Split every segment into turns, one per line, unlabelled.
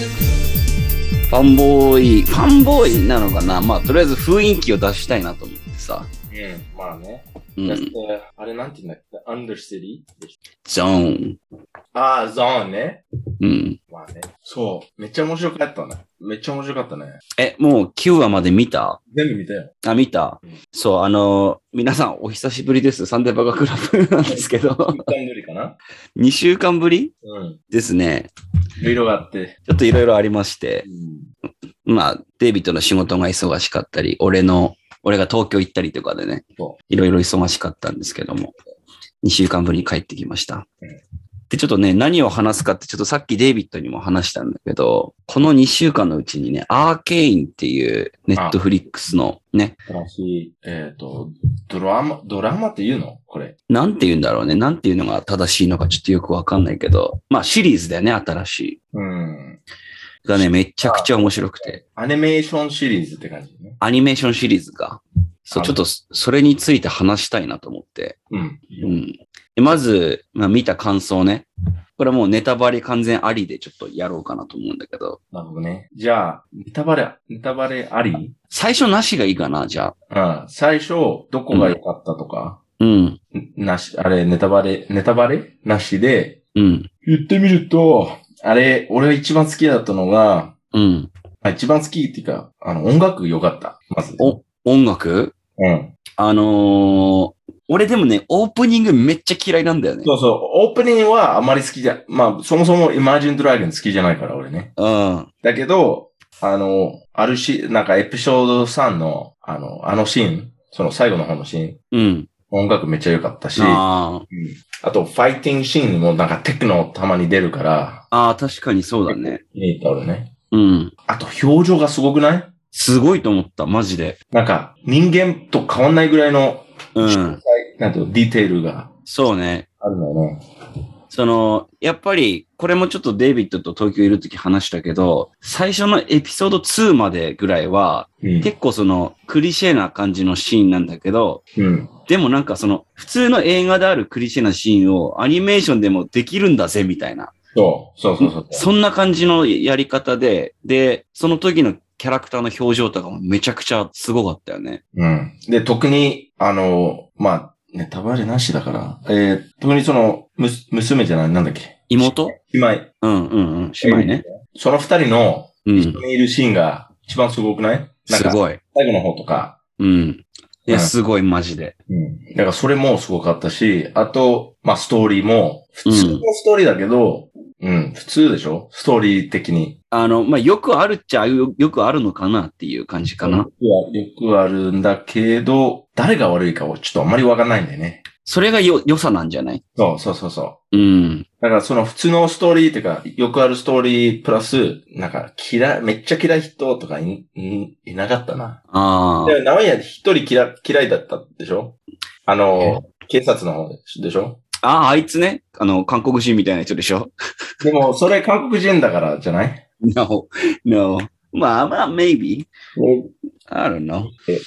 ファンボーイ、ファンボーイなのかなまあ、とりあえず雰囲気を出したいなと思ってさ。
うん、まあね。
う
だっ
ん
て。、あれなんて言うんだっけアンダーシティ
ゾーン。
ああ、ゾーンね。
うん。
まあね。そう。めっちゃ面白かったね。めっちゃ面白かったね。
え、もう9話まで見た
全部見たよ。
あ、見た
うん。
そう、あのー皆さんお久しぶりです。サンデーバカクラブなんですけど
一、回ぶりかな
2週間ぶり
うん。
ですね。
いろいろあって。
ちょっといろいろありまして
う、ん。
まあ、デイビッドの仕事が忙しかったり、俺の、俺が東京行ったりとかでね
そ、
いろいろ忙しかったんですけども、2週間ぶりに帰ってきました
うん。
で、ちょっとね、何を話すかって、ちょっとさっきデイビッドにも話したんだけど、この2週間のうちにね、アーケインっていうネットフリックスのね、
新しい、えっ、と、ドラマ、ドラマって言うのこれ。
なんて言うんだろうね、なんていうのが正しいのかちょっとよくわかんないけど、まあシリーズだよね、新しい。
うん。
がね、めちゃくちゃ面白くて。
アニメーションシリーズって感じね。
アニメーションシリーズが。そう、
あ
ちょっとそそれについて話したいなと思って。
うん。
うん。でまず、まあ、見た感想ね。これはもうネタバレ完全ありでちょっとやろうかなと思うんだけど。
なるほどね。じゃあ、ネタバレ、ネタバレあり
最初なしがいいかな、じゃあ。
うん。最初、どこが良かったとか、
うん。
んなし、あれ、ネタバレ、ネタバレなしで、
うん。
言ってみると、あれ、俺が一番好きだったのが、
うん。
あ一番好きっていうか、あの、音楽良かった。まず。
お音楽
うん。
あのー俺でもね、オープニングめっちゃ嫌いなんだよね。
そうそう。オープニングはあまり好きじゃ、まあ、そもそも Imagine Dragon 好きじゃないから、俺ね。
うん。
だけど、あの、あるし、なんかエピソード3の、あの、あのシーン、その最後の方のシーン、
うん。
音楽めっちゃ良かったし、
あー
あと、ファイティングシーンにもなんかテクノたまに出るから、
あー、確かにそうだね。
気に入った俺ね。
うん。
あと、表情がすごくない
すごいと思った、マジで。
なんか、人間と変わんないぐらいの、
うん。
なんていうのディテールが
そうね。
あるんだよね。
その、やっぱり、これもちょっとデイビッドと東京いるとき話したけど、最初のエピソード2までぐらいは、
うん
結構その、クリシェな感じのシーンなんだけど、
うん。
でもなんかその、普通の映画であるクリシェなシーンをアニメーションでもできるんだぜ、みたいな。
そう、そうそうそう。
そんな感じのやり方で、で、その時のキャラクターの表情とかもめちゃくちゃすごかったよね。
うん。で、特に、あの、まあ、ネタバレなしだから、えー、特にその、むす、娘じゃない、なんだっけ
妹
姉妹。
うんうんうん。姉妹ね。
その二人の、
うん。
いるシーンが一番すごくないなん
す
か、
ごい。
最後の方とか、
うん。いうや、
ん
すごい、マジで。
うん。だからそれもすごかったし、あと、まあストーリーも、普通
う
の
ん
ストーリーだけど、うん、普通でしょストーリー的に。
あの、まあ、よくあるっちゃよ、よくあるのかなっていう感じかな。
よくはよくあるんだけど、誰が悪いかはちょっとあんまりわかんないんだよね。
それがよ、良さなんじゃない
そうそうそうそう。
うん。
だからその普通のストーリーっていうか、よくあるストーリープラス、なんか嫌い、めっちゃ嫌い人とかいんいなかったな。
ああ。
で名古屋で一人嫌い嫌いだったでしょあの、警察の方ででしょ
ああ、あいつね。あの、韓国人みたいな人でしょ
でも、それ韓国人だからじゃない
?No, no. まあまあ、maybe. I don't know.
え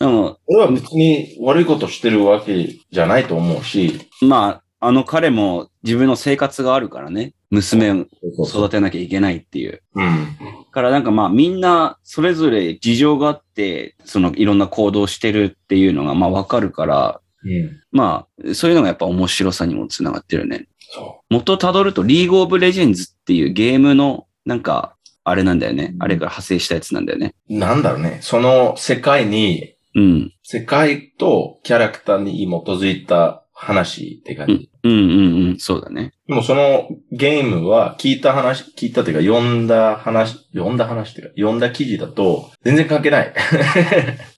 でも、
俺は別に悪いことしてるわけじゃないと思うし、
まあ、あの彼も自分の生活があるからね。娘を育てなきゃいけないっていう。
うん。
からなんかまあみんなそれぞれ事情があって、そのいろんな行動してるっていうのがまあわかるから、
うん。
まあそういうのがやっぱ面白さにもつながってるよね。
そ
元たどるとリーグオブレジェンズっていうゲームのなんかあれなんだよね。あれから派生したやつなんだよね。
う。なんだろうね。その世界に、
うん。
世界とキャラクターに基づいた話って感じ。
うんうんうん。そうだね。
でもそのゲームは聞いた話、聞いたっていうか読んだ話、読んだ話っていうか読んだ記事だと全然関係ない。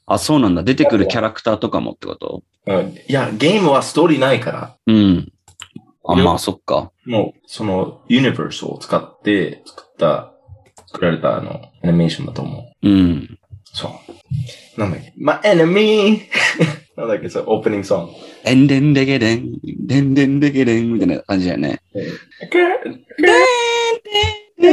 あ、そうなんだ。出てくるキャラクターとかもってこと
うん。いや、ゲームはストーリーないから、
うん。あ、まあそっか。
もうそのユニバースを使って作った、作られたあの、アニメーションだと思う。
うん。
そう。なんだっけ ?My enemy! なんだっけそれオープニングソング。
でんでんでけでん、でんでんでけでんみたいな感じだよね。で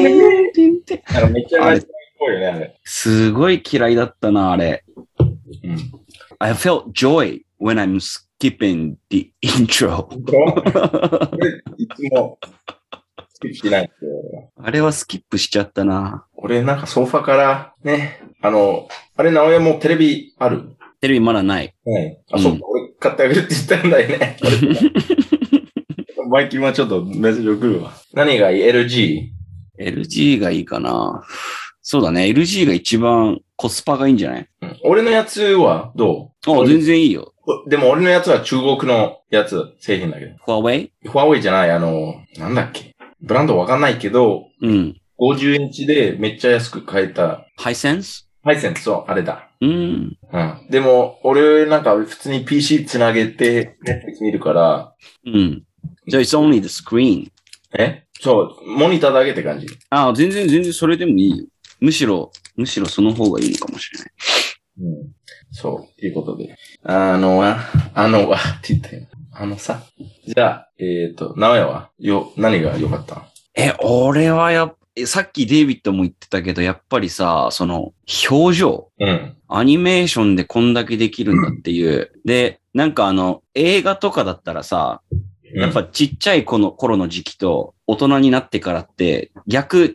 んでんでんでん
なんかめっちゃ
あ
マ
れ
ジっぽいよね、あれ。
すごい嫌いだったな、あれ。
うん。
I felt joy when I'm skipping the intro.
これいつも、スキップしないんですよ。
あれはスキップしちゃったな。
俺なんかソファから、ね、あの、あれ、直江もテレビある
テレビまだない。
はい。あ、
うん
そうか、俺買ってあげるって言ったんだよ ね。バイキンはちょっとメッセージ送るわ。何がいい ?LG?
LG がいいかな。そうだね。LG が一番コスパがいいんじゃない
うん俺のやつはど
あ、全然いいよ。
うでも俺のやつは中国のやつ、製品だけど。
フ a ウェイ
ファーウェイじゃない、あの、なんだっけ。ブランドわかんないけど、
うん。
50インチでめっちゃ安く買えた。
ハイセンス
ハイセンスそう、あれだ。
うん。
うん。でも、俺なんか普通に PC つなげて、ネット見るから、
うん。じゃあ、it's only the screen.
えそう、モニターだけって感じ。
あ、全然、全然それでもいいよ。むしろ、むしろその方がいいのかもしれない。
うん。そう、ということで。あのは、あのは、って言ったよ。あのさ。じゃあ、えっ、ー、と、名前はよ、何が良かった
え、俺はやっえさっきデイビッドも言ってたけど、やっぱりさ、その、表情。
うん。
アニメーションでこんだけできるんだっていう。で、なんかあの、映画とかだったらさ、やっぱちっちゃい子の頃の時期と大人になってからって逆、違う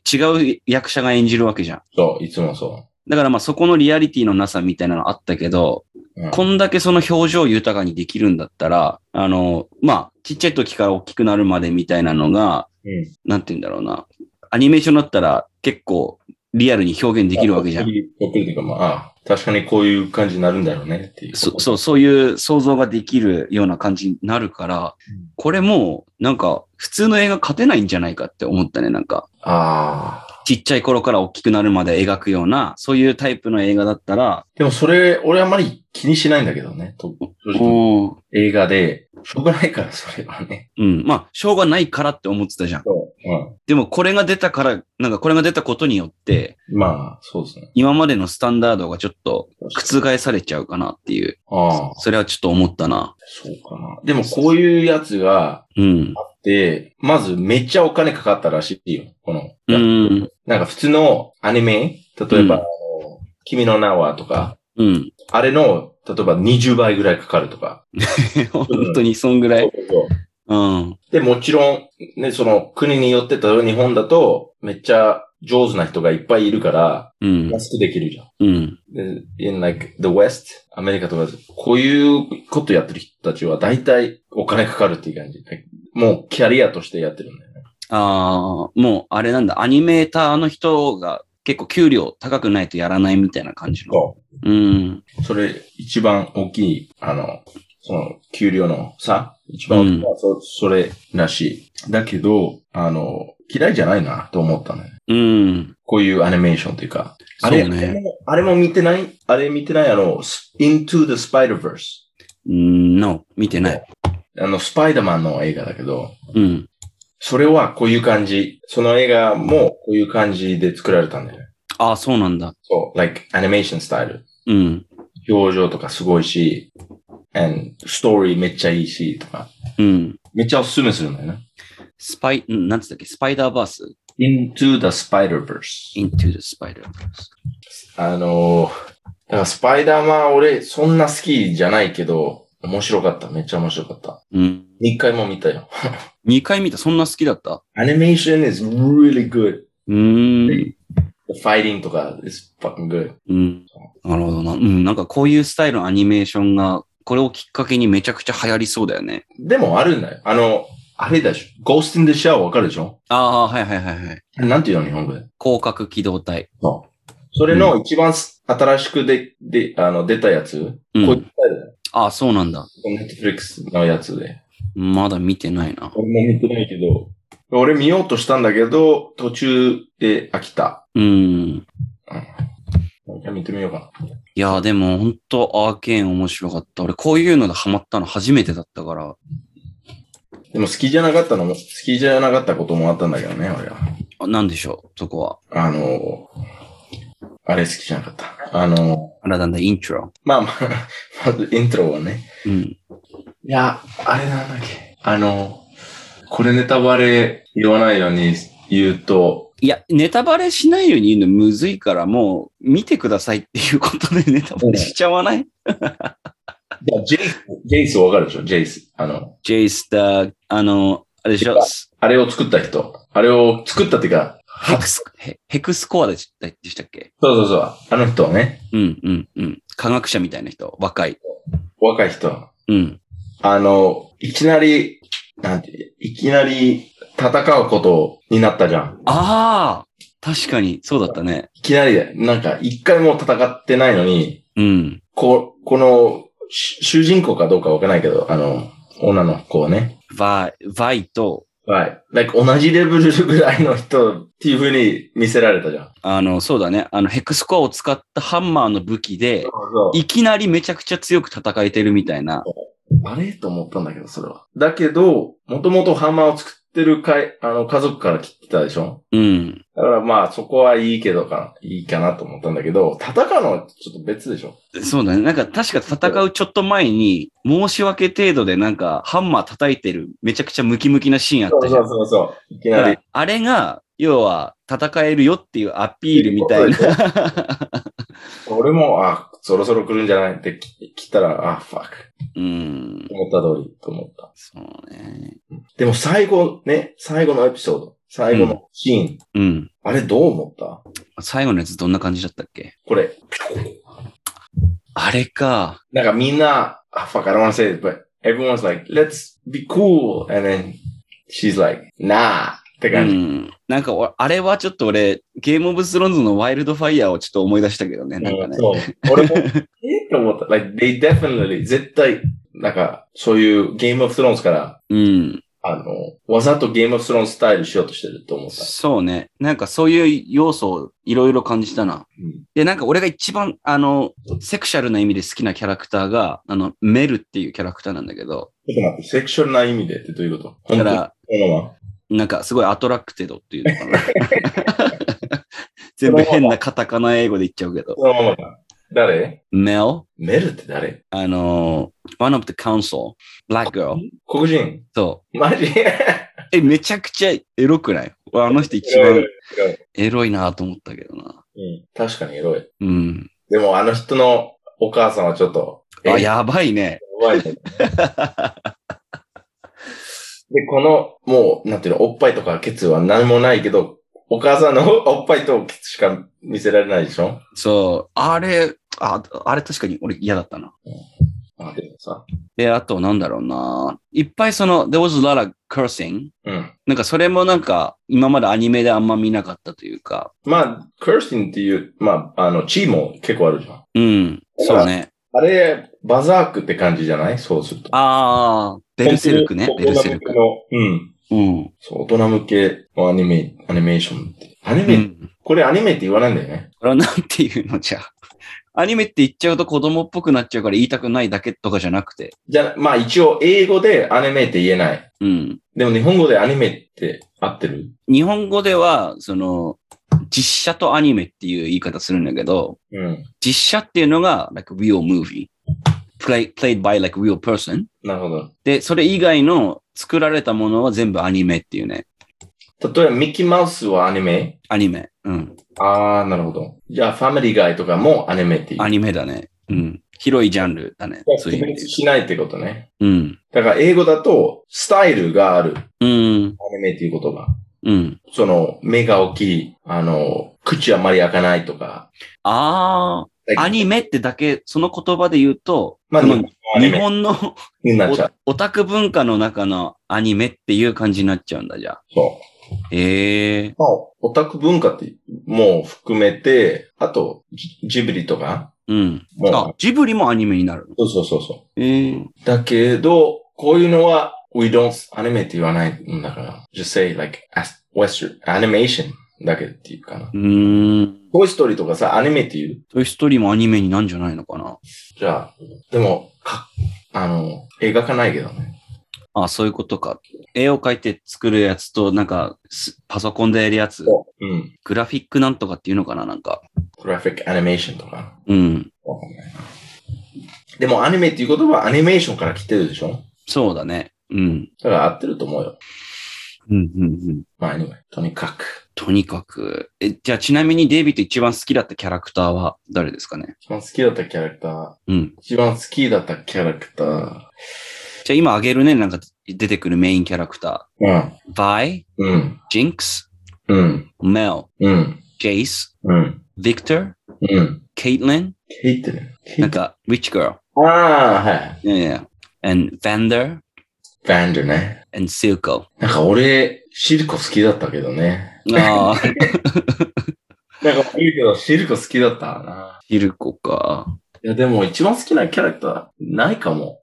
役者が演じるわけじゃん。
そう、いつもそ
だからまあそこのリアリティのなさみたいなのあったけど、
う。うん、
こんだけその表情豊かにできるんだったら、あの、まあ、ちっちゃい時から大きくなるまでみたいなのが、
うん
なんて言うんだろうな。アニメーションだったら結構リアルに表現できるわけじゃん。
びっくりというか、まあ、あ確かにこういう感じになるんだろうねっていう。
そそう、そういう想像ができるような感じになるから
うん、
これもうなんか普通の映画勝てないんじゃないかって思ったね、なんか。
ああ。
ちっちゃい頃から大きくなるまで描くような、そういうタイプの映画だったら、
でもそれ、俺あんまり気にしないんだけどね。と正直
お
映画で、しょうがないから、それはね。
うん。まあ、しょうがないからって思ってたじゃん。
そう。
でもこれが出たから、なんかこれが出たことによって、
うん。まあ、そうですね。
今までのスタンダードがちょっと
確かに
覆されちゃうかなっていう、
ああ、
それはちょっと思ったな。
そうかな。でもこういうやつが、
うん。
で、まずめっちゃお金かかったらしいよ。この、
うん。
なんか普通のアニメ、例えば、
うん
あの君の名はとか、
うん。
あれの、例えば20倍ぐらいかかるとか。
本当にそんぐらい。うん。
で、もちろん、ね、その国によって、例えば日本だと、めっちゃ上手な人がいっぱいいるから、
うん。
安くできるじゃん。
うん。
で in like the West, アメリカとか、こういうことやってる人たちは大体お金かかるっていう感じ。もうキャリアとしてやってるんだよね。
ああ、もうあれなんだ、アニメーターの人が結構給料高くないとやらないみたいな感じの。
そう。
うん。
それ、一番大きい、あの、その、給料の差一番大きいのは、そそれらしい。だけど、あの、嫌いじゃないな、と思ったね。
うん。
こういうアニメーションというか。あれ、
そう
あれ
ね。
もあれも見てないあれ見てないあの、ス Into the Spider-Verse。
うん、no, 見てない。
あの、スパイダーマンの映画だけど、
うん。
それはこういう感じ。その映画もこういう感じで作られたんだよね。
ああ、そうなんだ。
そう、like, アニメーションスタイル。
うん。
表情とかすごいし、and, ストーリーめっちゃいいし、とか。
うん。
めっちゃおすすめするんだよね。
スパイ、んなんつったっけスパイダーバース
Into the Spider-Verse。
into the spider verse.
あのー、だからスパイダーマン俺そんな好きじゃないけど、面白かった。めっちゃ面白かった。
うん。
一回も見たよ。
2回見た、そんな好きだった
アニメーション is really good.
うーん。
The fighting とか is fucking good.
うん。なるほどな。うん。なんかこういうスタイルのアニメーションが、これをきっかけにめちゃくちゃ流行りそうだよね。
でもあるんだよ。あの、あれだしょ。Ghost in the Shell わかるでしょ
ああー、はいはいはいはい。
なんていうの日本語で。
広角機動隊。
そう。それの一番新しくで、で、あの、出たやつ。
うん
こういうスタイルだよ。
ああ、そうなんだ。
Netflix のやつで。
まだ見てないな。
俺も見てないけど。俺見ようとしたんだけど、途中で飽きた。
うん。
もう一回見てみようかな。
いやー、でも本当アーケーン面白かった。俺こういうのでハマったの初めてだったから。
でも好きじゃなかったのも、好きじゃなかったこともあったんだけどね、俺は。
あなんでしょうそこは。
あのー、あれ好きじゃなかった。あの
あらなんだ、イントロ。
ー、まあ まあ、まずイントロはね。
うん。
いや、あれなんだっけ。あのー、これネタバレ言わないように言うと、
いや、ネタバレしないように言うのむずいから、もう見てくださいっていうことでネタバレしちゃわない
いやジェイス、ジェイスわかるでしょジェイス。あの、
ジェイスター、あの、あれでしょ
あれを作った人。あれを作ったっていうか、
ヘクス、ヘヘクスコアでしでしたっけ
そうそうそう、あの人はね、
うんうんうん。科学者みたいな人、若い。
若い人、
うん。
あの、いきなり、なんて、いきなり戦うことになったじゃん。
ああ確かに、そうだったね。
いきなりで、なんか一回も戦ってないのに、
うん。
こ、この、し主人公かどうかわかんないけど、あの、女の子をね、
バイ、バイと、
はい。like 同じレベルぐらいの人っていう風に見せられたじゃん。
あの、そうだね。あの、ヘクスコアを使ったハンマーの武器で、いきなりめちゃくちゃ強く戦えてるみたいな。
あれと思ったんだけど、それは。だけど、もともとハンマーを作ってるかい、あの、家族から切ってたでしょ
うん。
だからまあ、そこはいいけどか、いいかなと思ったんだけど、戦うのはちょっと別でしょ
そうだね。なんか確か戦うちょっと前に、申し訳程度でなんかハンマー叩いてるめちゃくちゃムキムキなシーンあったじゃん。
そうそう。いき
だ
な
か
り。
らあれが、要は戦えるよっていうアピールみたい
そう
な。
俺も、あ、そろそろ来るんじゃないってき来たら、あ、ファック。
うん。
思った通りと思った。
そうね。
でも最後、ね、最後のエピソード、最後のシーン、
うん。
あれどう思った
最後のやつどんな感じだったっけ
これ、
あれか。
なんかみんな、あ、fuck, I don't wanna say it, but everyone's like, let's be cool. And then she's like, nah, って
う
感じ。
ん。なんかお、あれはちょっと俺、ゲームオブスローンズのワイルドファイヤーをちょっと思い出したけどね。なんかね。
そう。俺も、え って思った。like, they definitely, 絶対、なんか、そういうゲームオブスローンズから、
うん。
あの、わざとゲームオブスローンズスタイルしようとしてると思った。
そうね。なんかそういう要素をいろいろ感じたな。
うん
で、なんか俺が一番、あの、セクシャルな意味で好きなキャラクターが、あの、メルっていうキャラクターなんだけど、
ちょっと待って、セクションな意味でってどういうこと
だ
本
か
当に
ら、
そのまま
なんかすごいアトラクテドっていうのかな。 全部変なカタカナ英語で言っちゃうけど。
そのままか。誰
メル
メルって誰
あの、one of the council, black girl.
黒人
そ
マジ
う。え、めちゃくちゃエロくない俺あの人一
エロ
番
いエロい
エロいなと思ったけどな。
うん、確かにエロい。
うん。
でもあの人のお母さんはちょっと、
あ、
え
やばいね。
ばいね。 で、この、もう、なんていうの、おっぱいとかケツは何もないけど、お母さんの おっぱいとケツしか見せられないでしょ
そう。あれ、あ、あれ確かに俺嫌だったな。
あ、でもさ。
で、あとなんだろうな。いっぱいその、there was a lot of cursing.
うん。
なんかそれもなんか今までアニメであんま見なかったというか。
まあ、クースティンっていう、まあ、あの、地位も結構あるじゃん。
うん。そうね。
あれ、バザークって感じじゃないそうすると。
ああ、ベルセルクね。ベルセルク。
大人向けのうん。
うん。
そう、大人向けのアニメ、アニメーションって。アニ
う
メ、
ん。
これアニメって言わないんだよね。
これはなんていうのじゃあ。アニメって言っちゃうと子供っぽくなっちゃうから言いたくないだけとかじゃなくて。
じゃあ、まあ一応英語でアニメって言えない。
うん。
でも日本語でアニメって合ってる
日本語では、その、実写とアニメっていう言い方するんだけど、
うん。
実写っていうのが、like real movie, play, played by like real person.
なるほど。
で、それ以外の作られたものは全部アニメっていうね。
例えばミッキーマウスはアニメ
アニメ。うん。
あー、なるほど。じゃあファミリーガイとかもアニメって言う。
アニメだね。うん。広いジャンルだね。そういう意
区
味で
別しないってことね。
言う。
だから英語だとスタイルがある。ア
うん。うん。
ニメっていう言葉。
うん。
その、目が大きい、あの、口あんまり開かないとか。
ああ、アニメってだけ、その言葉で言うと、
まあ、
そ
日
の
本のアニ
日
メ
本の
になっちゃう。
おオタク文化の中のアニメっていう感じになっちゃうんだ、じゃあ。
そう。
ええ
まあ、オタク文化って、もう含めて、あと、ジジブリとか
うん。
もう、
あ、ジブリもアニメになるの。
そうそうそうそ
ええ
う。だけど、こういうのは、we don't, アニメって言わないんだから、just say like, as- western, animation だけっていうかな。
うーん。
トイストーリーとかさ、アニメって言う
トイストーリーもアニメになんじゃないのかな。
じゃあ、でも、か、あの、描かないけどね。
あ、そういうことか。絵を描いて作るやつと、なんか、すパソコンでやるやつ、
うん。
グラフィックなんとかっていうのかな、なんか。
グラフィックアニメーションとか。
うん。
わかんないな。でも、アニメっていう言葉はアニメーションから来てるでしょ
そうだね。うん。
だから合ってると思うよ。
うん、うん、うん。
まあ、アニメ。とにかく。
とにかく。え、じゃあちなみにデイビッド一番好きだったキャラクターは誰ですかね
一番好きだったキャラクター。
うん。
一番好きだったキャラクター。
じゃあ今あげるね。なんか出てくるメインキャラクタ
うん。
ー。Vi、
うん。
Jinx、
うん。
Mel、
うん。
Jace、
うん。
Victor、
うん。
Caitlin、
ケイトね。ケ
なん
イト。
か Rich Girl、
ああ、はい。
yeah, yeah. and Vander
バンドね。
and Silco。
なんか俺、シルコ好きだったけどね。
ああ、
なんかいいけど、シルコ好きだったな。
ヒルコか。
いや、でも一番好きなキャラクターないかも。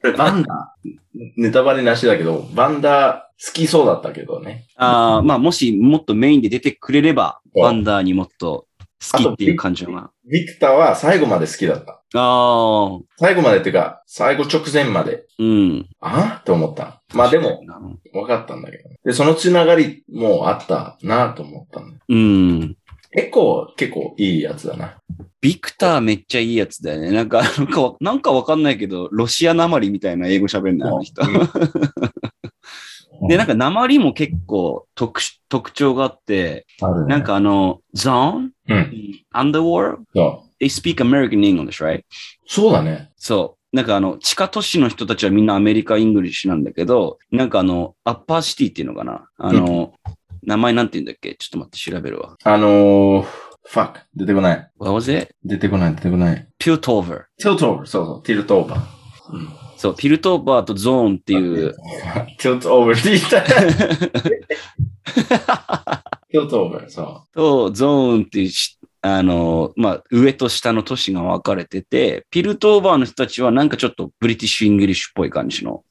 これバンダー、ネタバレなしだけど、バンダー好きそうだったけどね。
ああ、まあもしもっとメインで出てくれれば、
うん
バンダーにもっと好きっていう感情が。
ビクターは最後まで好きだった。
ああ、
最後までっていうか、最後直前まで、
うん。
あって思った。まあでも、分かったんだけど。で、そのつながりもあったなと思ったの。
うん。
結構、結構いいやつだな。
ビクターめっちゃいいやつだよね。なんか、なんかわなんかわかんないけど、ロシアなまりみたいな英語喋んない、あの人。
うん
で、なんか、鉛も結構特殊特徴があって、なん、かあの、zone,
うん
underworld,
そう
they speak American English, right?
そうだね。
そう。なんかあの、地下都市の人たちはみんなアメリカ・イングリッシュなんだけど、なんかあの、アッパーシティっていうのかなあの、名前なんて言うんだっけちょっと待って、調べるわ。
あのー、ファック、出てこない。
What was it?
出てこない、出てこない。
Piltover.
ティルトオーバー、そうそう、ティルトオーバー。
そう、ピルトーバーとゾーンって いう。
ティルトオーバーって言った。 ティルトオーバー、そ
と、ゾーンっていうし、あの、まあ、上と下の都市が分かれてて、ピルトーバーの人たちはなんかちょっとブリティッシュ・イングリッシュっぽい感じの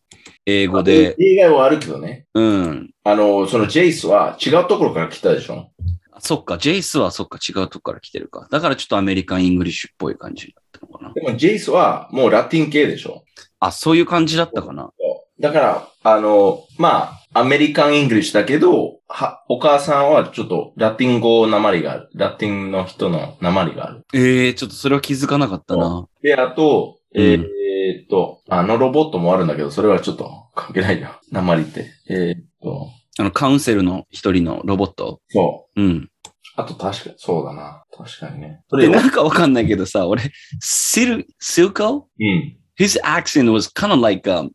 英語
う。
で、
例外はあるけどね。
うん。
あのー、そのジェイスは違うところから来たでしょ。
そっか、ジェイスはそっか違うとこから来てるか。だからちょっとアメリカン・イングリッシュっぽい感じだったのかな。
でもジェイスはもうラティン系でしょ。
あ、そういう感じだったかな。
だから、あの、まあ、アメリカン・イングリッシュだけど、は、お母さんはちょっとラティン語なまりがある。ラティンの人のなまりがある。
ええー、ちょっとそれは気づかなかったな。
で、あと、え
うん
ーえーっと、あのロボットもあるんだけど、それはちょっと関係ないな。 なまりって。えーっと、
あの、カウンセルの一人のロボット。
そ
うん。
う。あと確かに、そうだな。確かにね。そ
で、
れ
なんかわかんないけどさ、俺、シル、シルコ
うん。
his accent was kind of like um,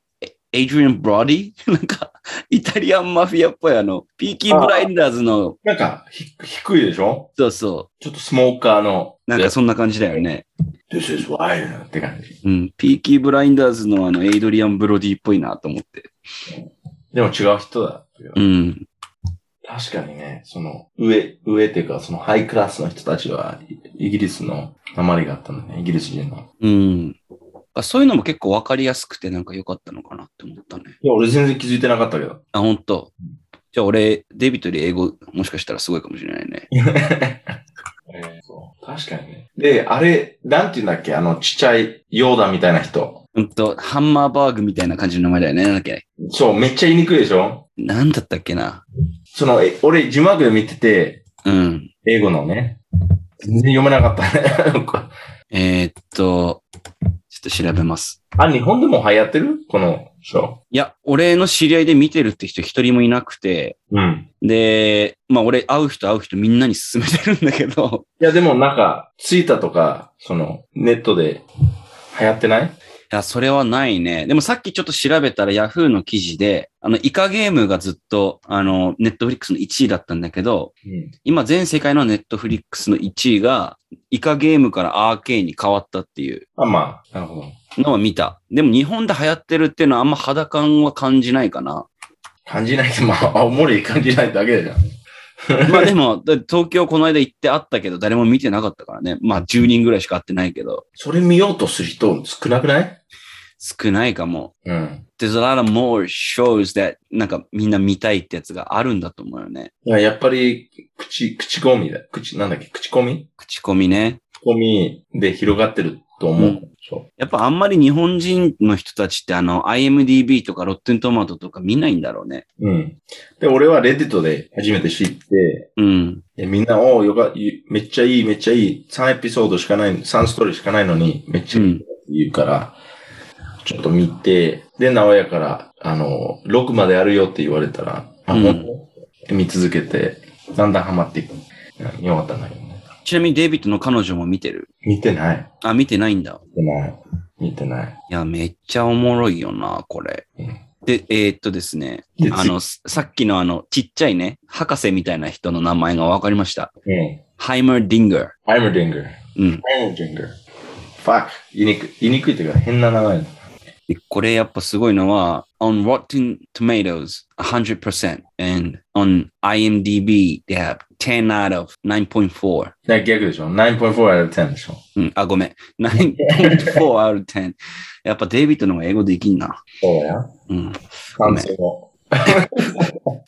Adrian Brody なんかイタリアンマフィアっぽいあのピーキーブラインダーズの
なんか、ひ、低いでしょ
そうそ
ちょっとスモーカーの、
うなんかそんな感じだよね、
This is wild って感じ。
うん、ピーキーブラインダーズのあのエイドリアン・ブロディっぽいなと思って
でも違う人だ。
うん
確かにね、その、上、上っていうか、そのハイクラスの人たちは、イイギリスの鉛があったんだね、イギリス人の。
うんそういうのも結構わかりやすくてなんか良かったのかなって思ったね
いや、俺全然気づいてなかったけど。
あ本当。じゃあ俺デビットより英語もしかしたらすごいかもしれないね
そう確かにね。で、あれ、なんて言うんだっけあの、ちっちゃいヨーダみたいな人。
うんとハンマーバーグみたいな感じの名前だよねなんだっけ
そう、めっちゃ言いにくいでしょ
なんだったっけな
その、え俺、字幕で見てて、
うん
英語のね、全然読めなかったね。
えーっと、ちょっと調べます。
あ、日本でも流行ってるこのショー。
いや、俺の知り合いで見てるって人一人もいなくて、
うん。
で、まあ俺会う人会う人みんなに勧めてるんだけど、
いや、でもなんか、ツイッターとか、その、ネットで流行ってない
いや、それはないね。でもさっきちょっと調べたら Yahoo の記事で、あの、イカゲームがずっと、あの、Netflix の1位だったんだけど、
うん。
今全世界の Netflix の1位が、イカゲームからアーケーンに変わったっていう
あ、まあ、なるほど。
のは見た。でも日本で流行ってるっていうのはあんま肌感は感じないかな。
感じないって、 まあ、青森感じないだけじゃん。
まあでも、だって東京この間行ってあったけど、誰も見てなかったからね。まあ10人ぐらいしか会ってないけど、
それ見ようとする人少なくない
少ないかも。
うん。
There's a lot of more shows that なんかみんな見たいってやつがあるんだと思うよね。
いや、やっぱり、口、口コミだ。口、なんだっけ、口コミ
口コミね。
口コミで広がってると思う。
うん
そう。
やっぱあんまり日本人の人たちってあの IMDB とかロッテントマトとか見ないんだろうね。
うん。で、俺はレディットで初めて知って、
うん。
えみんな、おうよか、いめっちゃいい、めっちゃいい。3エピソードしかない、3ストーリーしかないのに、めっち
う
ゃいいっ
ん
て。言うから、ちょっと見て、で、直屋から、あの、6までやるよって言われたら、あ、
うん
本当見続けて、だんだんハマっていく。うんよかったんだけどね。
ちなみにデイビッドの彼女も見てる。
見てない。
あ、見てないんだ。
見てない。見てない。
いや、めっちゃおもろいよな、これ。
うん
で、えーっとですね
で、
あ の、ささっきのあの、ちっちゃいね、博士みたいな人の名前がわかりました。
うん。
ハイマー・ディンガー。
Heimerdinger。
うん。
Heimerdinger。Fuck。言いにくい、言いにくいというか変な名前。
でこれやっぱすごいのは、on Rotten Tomatoes 100% and on IMDb they have 10 out of 9.4.
な逆でしょ ?9.4 out of 10でしょ
うん、あ、ごめん。9.4 out of 10。やっぱデイビッドの方が英語できんな。
そうだよ。
うん。ご
関
めん
数も。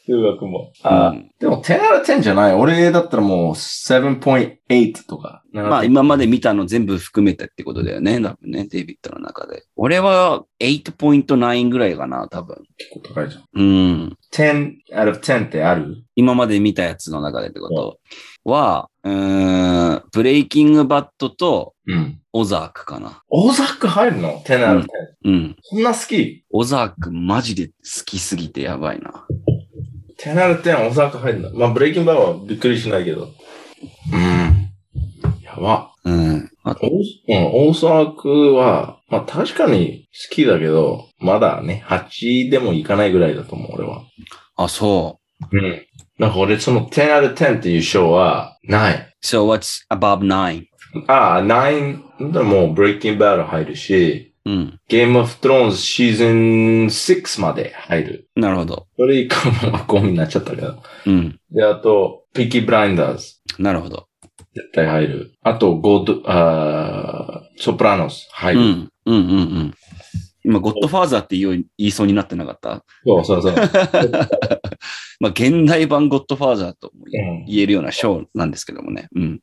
数学も。あ
う
ー
ん
でも10 out of 10じゃない。俺だったらもう7.8とか。
まあ今まで見たの全部含めてってことだよね。多分ね、デイビッドの中で。俺は8.9ぐらいかな、多分。
結構高いじゃん。
うん。
10 out of 10ってある
今まで見たやつの中でってことは、うーん、ブレイキングバットと
うん。
オザークかな。
オザック入るの ?10 out
う
of 10
ん。うん。
そんな好き
オザークマジで好きすぎてやばいな。
?10 out of 10オザック入るのまあブレイキングバーはびっくりしないけど。うん。やば。
うん。あ
大うん、大阪は、まあ確かに好きだけど、まだね、8でもいかないぐらいだと思う、俺は。
あ、そう。
うん。なんか俺、その10 out of 10っていう賞は、ない。
So what's above nine?
ああ、9、でもう Breaking Bad 入るし、
うん。
Game of Thrones シーズン6まで入る。
なるほど。
それ以降もゴミになっちゃったけど。
うん。
で、あと、Peaky Blinders
なるほど。
絶対入る。あと、ゴッド、あーソプラノス入
う
る。
ん。うんうんうん。今、ゴッドファーザーって言い言いそうになってなかった
そうそうそう。
まあ、現代版ゴッドファーザーとも
う
言
ん
言えるようなショーなんですけどもね。うん。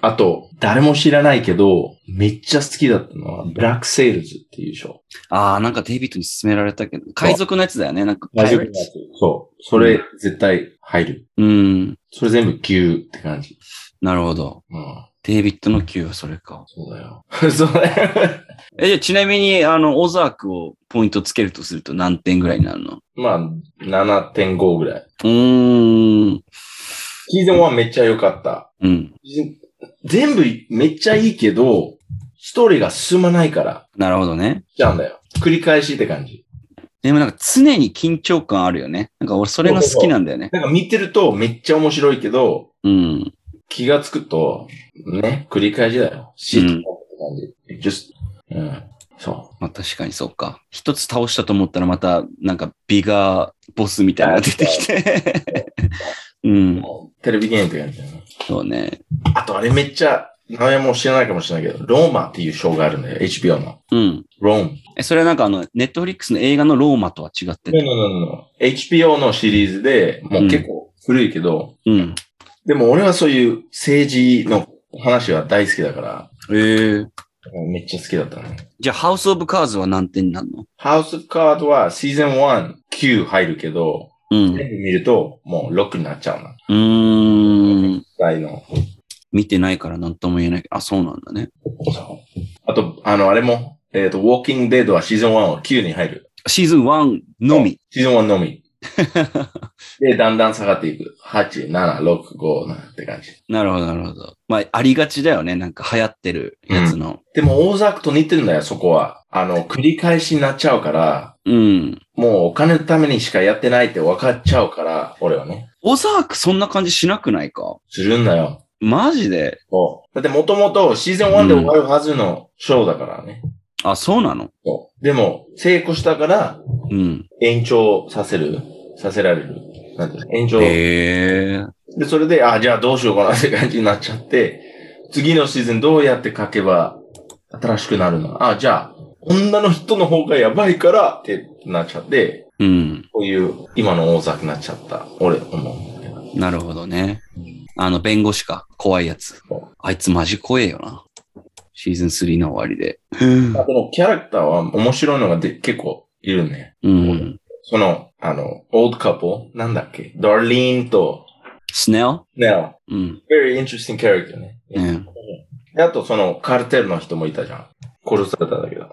あと、誰も知らないけど、めっちゃ好きだったのは、ブラックセールズっていうショー。
ああ、なんかデイビッドに勧められたけど、海賊のやつだよね。なんか、
大丈夫
Pirates
そう。それ、絶対入る。
うん。
それ全部9って感じ。
なるほど。
うん。
デイビッドの9はそれか。
そうだよ。 そうだよ。
え、じゃあちなみに、あの、オザークをポイントつけるとすると何点ぐらいになるの
まあ、7.5ぐらい。
うーん。
シーズン1めっちゃ良かった。
うん。
シーズン全部めっちゃいいけど、ストーリーが進まないから、
なるほどね。
来ちゃうんだよ。繰り返しって感じ。
でもなんか常に緊張感あるよね。なんか俺それが好きなんだよね。
なんか見てるとめっちゃ面白いけど、
うん。
気がつくと、ね、繰り返しだよ。シート
うん
って感じ。just, うん。そ
まあ確かにそうか。一つ倒したと思ったらまたなんかビガーボスみたいなのが出てきて。 う
う。
ん。
もうテレビゲームって感じだよね。
そうね。
あとあれめっちゃ、名前も知らないかもしれないけど、ローマっていう賞があるんだよ。HBO の。
うん。
ローム。
え、それはなんかあの、ネットフリックスの映画のローマとは違って
ね、HBO のシリーズで、もう結構古いけど、
うん。
でも俺はそういう政治の話は大好きだから、
ええ
めっちゃ好きだったね。
じゃあハウスオブカーズは何点になるの
ハウスカードはシーズン1、9入るけど、
うん。
全
う
部見るともう6になっちゃうな。
ーん。
大の。
見てないから何とも言えないけど。あ、そうなんだね。
そう。あと、あの、あれも、えっ、と、ウォーキングデードはシーズン1は9に入る。
シーズン1のみ。
シーズン1のみ。で、だんだん下がっていく。8、7、6、5、7って感じ。
なるほど、なるほど。まあ、ありがちだよね。なんか流行ってるやつの。
でも、オーザークと似てるんだよ、そこは。あの、繰り返しになっちゃうから、
うん。
もうお金のためにしかやってないって分かっちゃうから、俺はね、
オザークそんな感じしなくないか
するんだよ。
マジで
そうだって、もともとシーズン1で終わるはずのショーだからね。
あ、そうなの
そう。でも、成功したから、
うん。
延長させる、させられる。なんていうの延長。
へえ。
で、それで、あ、じゃあどうしようかなって感じになっちゃって、次のシーズンどうやって書けば新しくなるのあ、じゃあ、女の人の方がやばいからってなっちゃって、
うん。
こういう今の大作になっちゃった。俺、思うんだけど。
なるほどね。あの、弁護士か。怖いやつ
そう。
あいつマジ怖えよな。シーズン3の終わりで。うん
あ。このキャラクターは面白いのがで結構いるね。
うん。
その、あの、オールカップル、なんだっけダーリーンと、
スネル
ね、no,
うん。
very interesting character ね。
うん
であと、その、カルテルの人もいたじゃん。殺されたんだけど。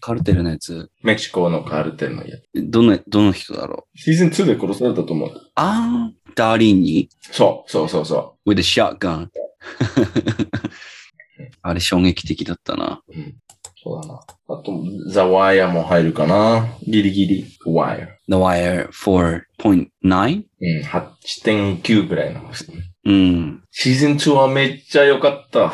カルテルのやつ。
メキシコのカルテルのやつ。
どの、どの人だろ
シーズン2で殺されたと思う。
うあー、ダーリンに
そう、そうそうそ
with a shotgun. あれ衝撃的だったな。
う。うん、そうだな。あと、ザ・ワイヤーも入るかな。ギリギリ。ワイヤ
The Wire 4.9?
ー。うん、8.9ぐらいな。
うん。
シーズン2はめっちゃ良かった。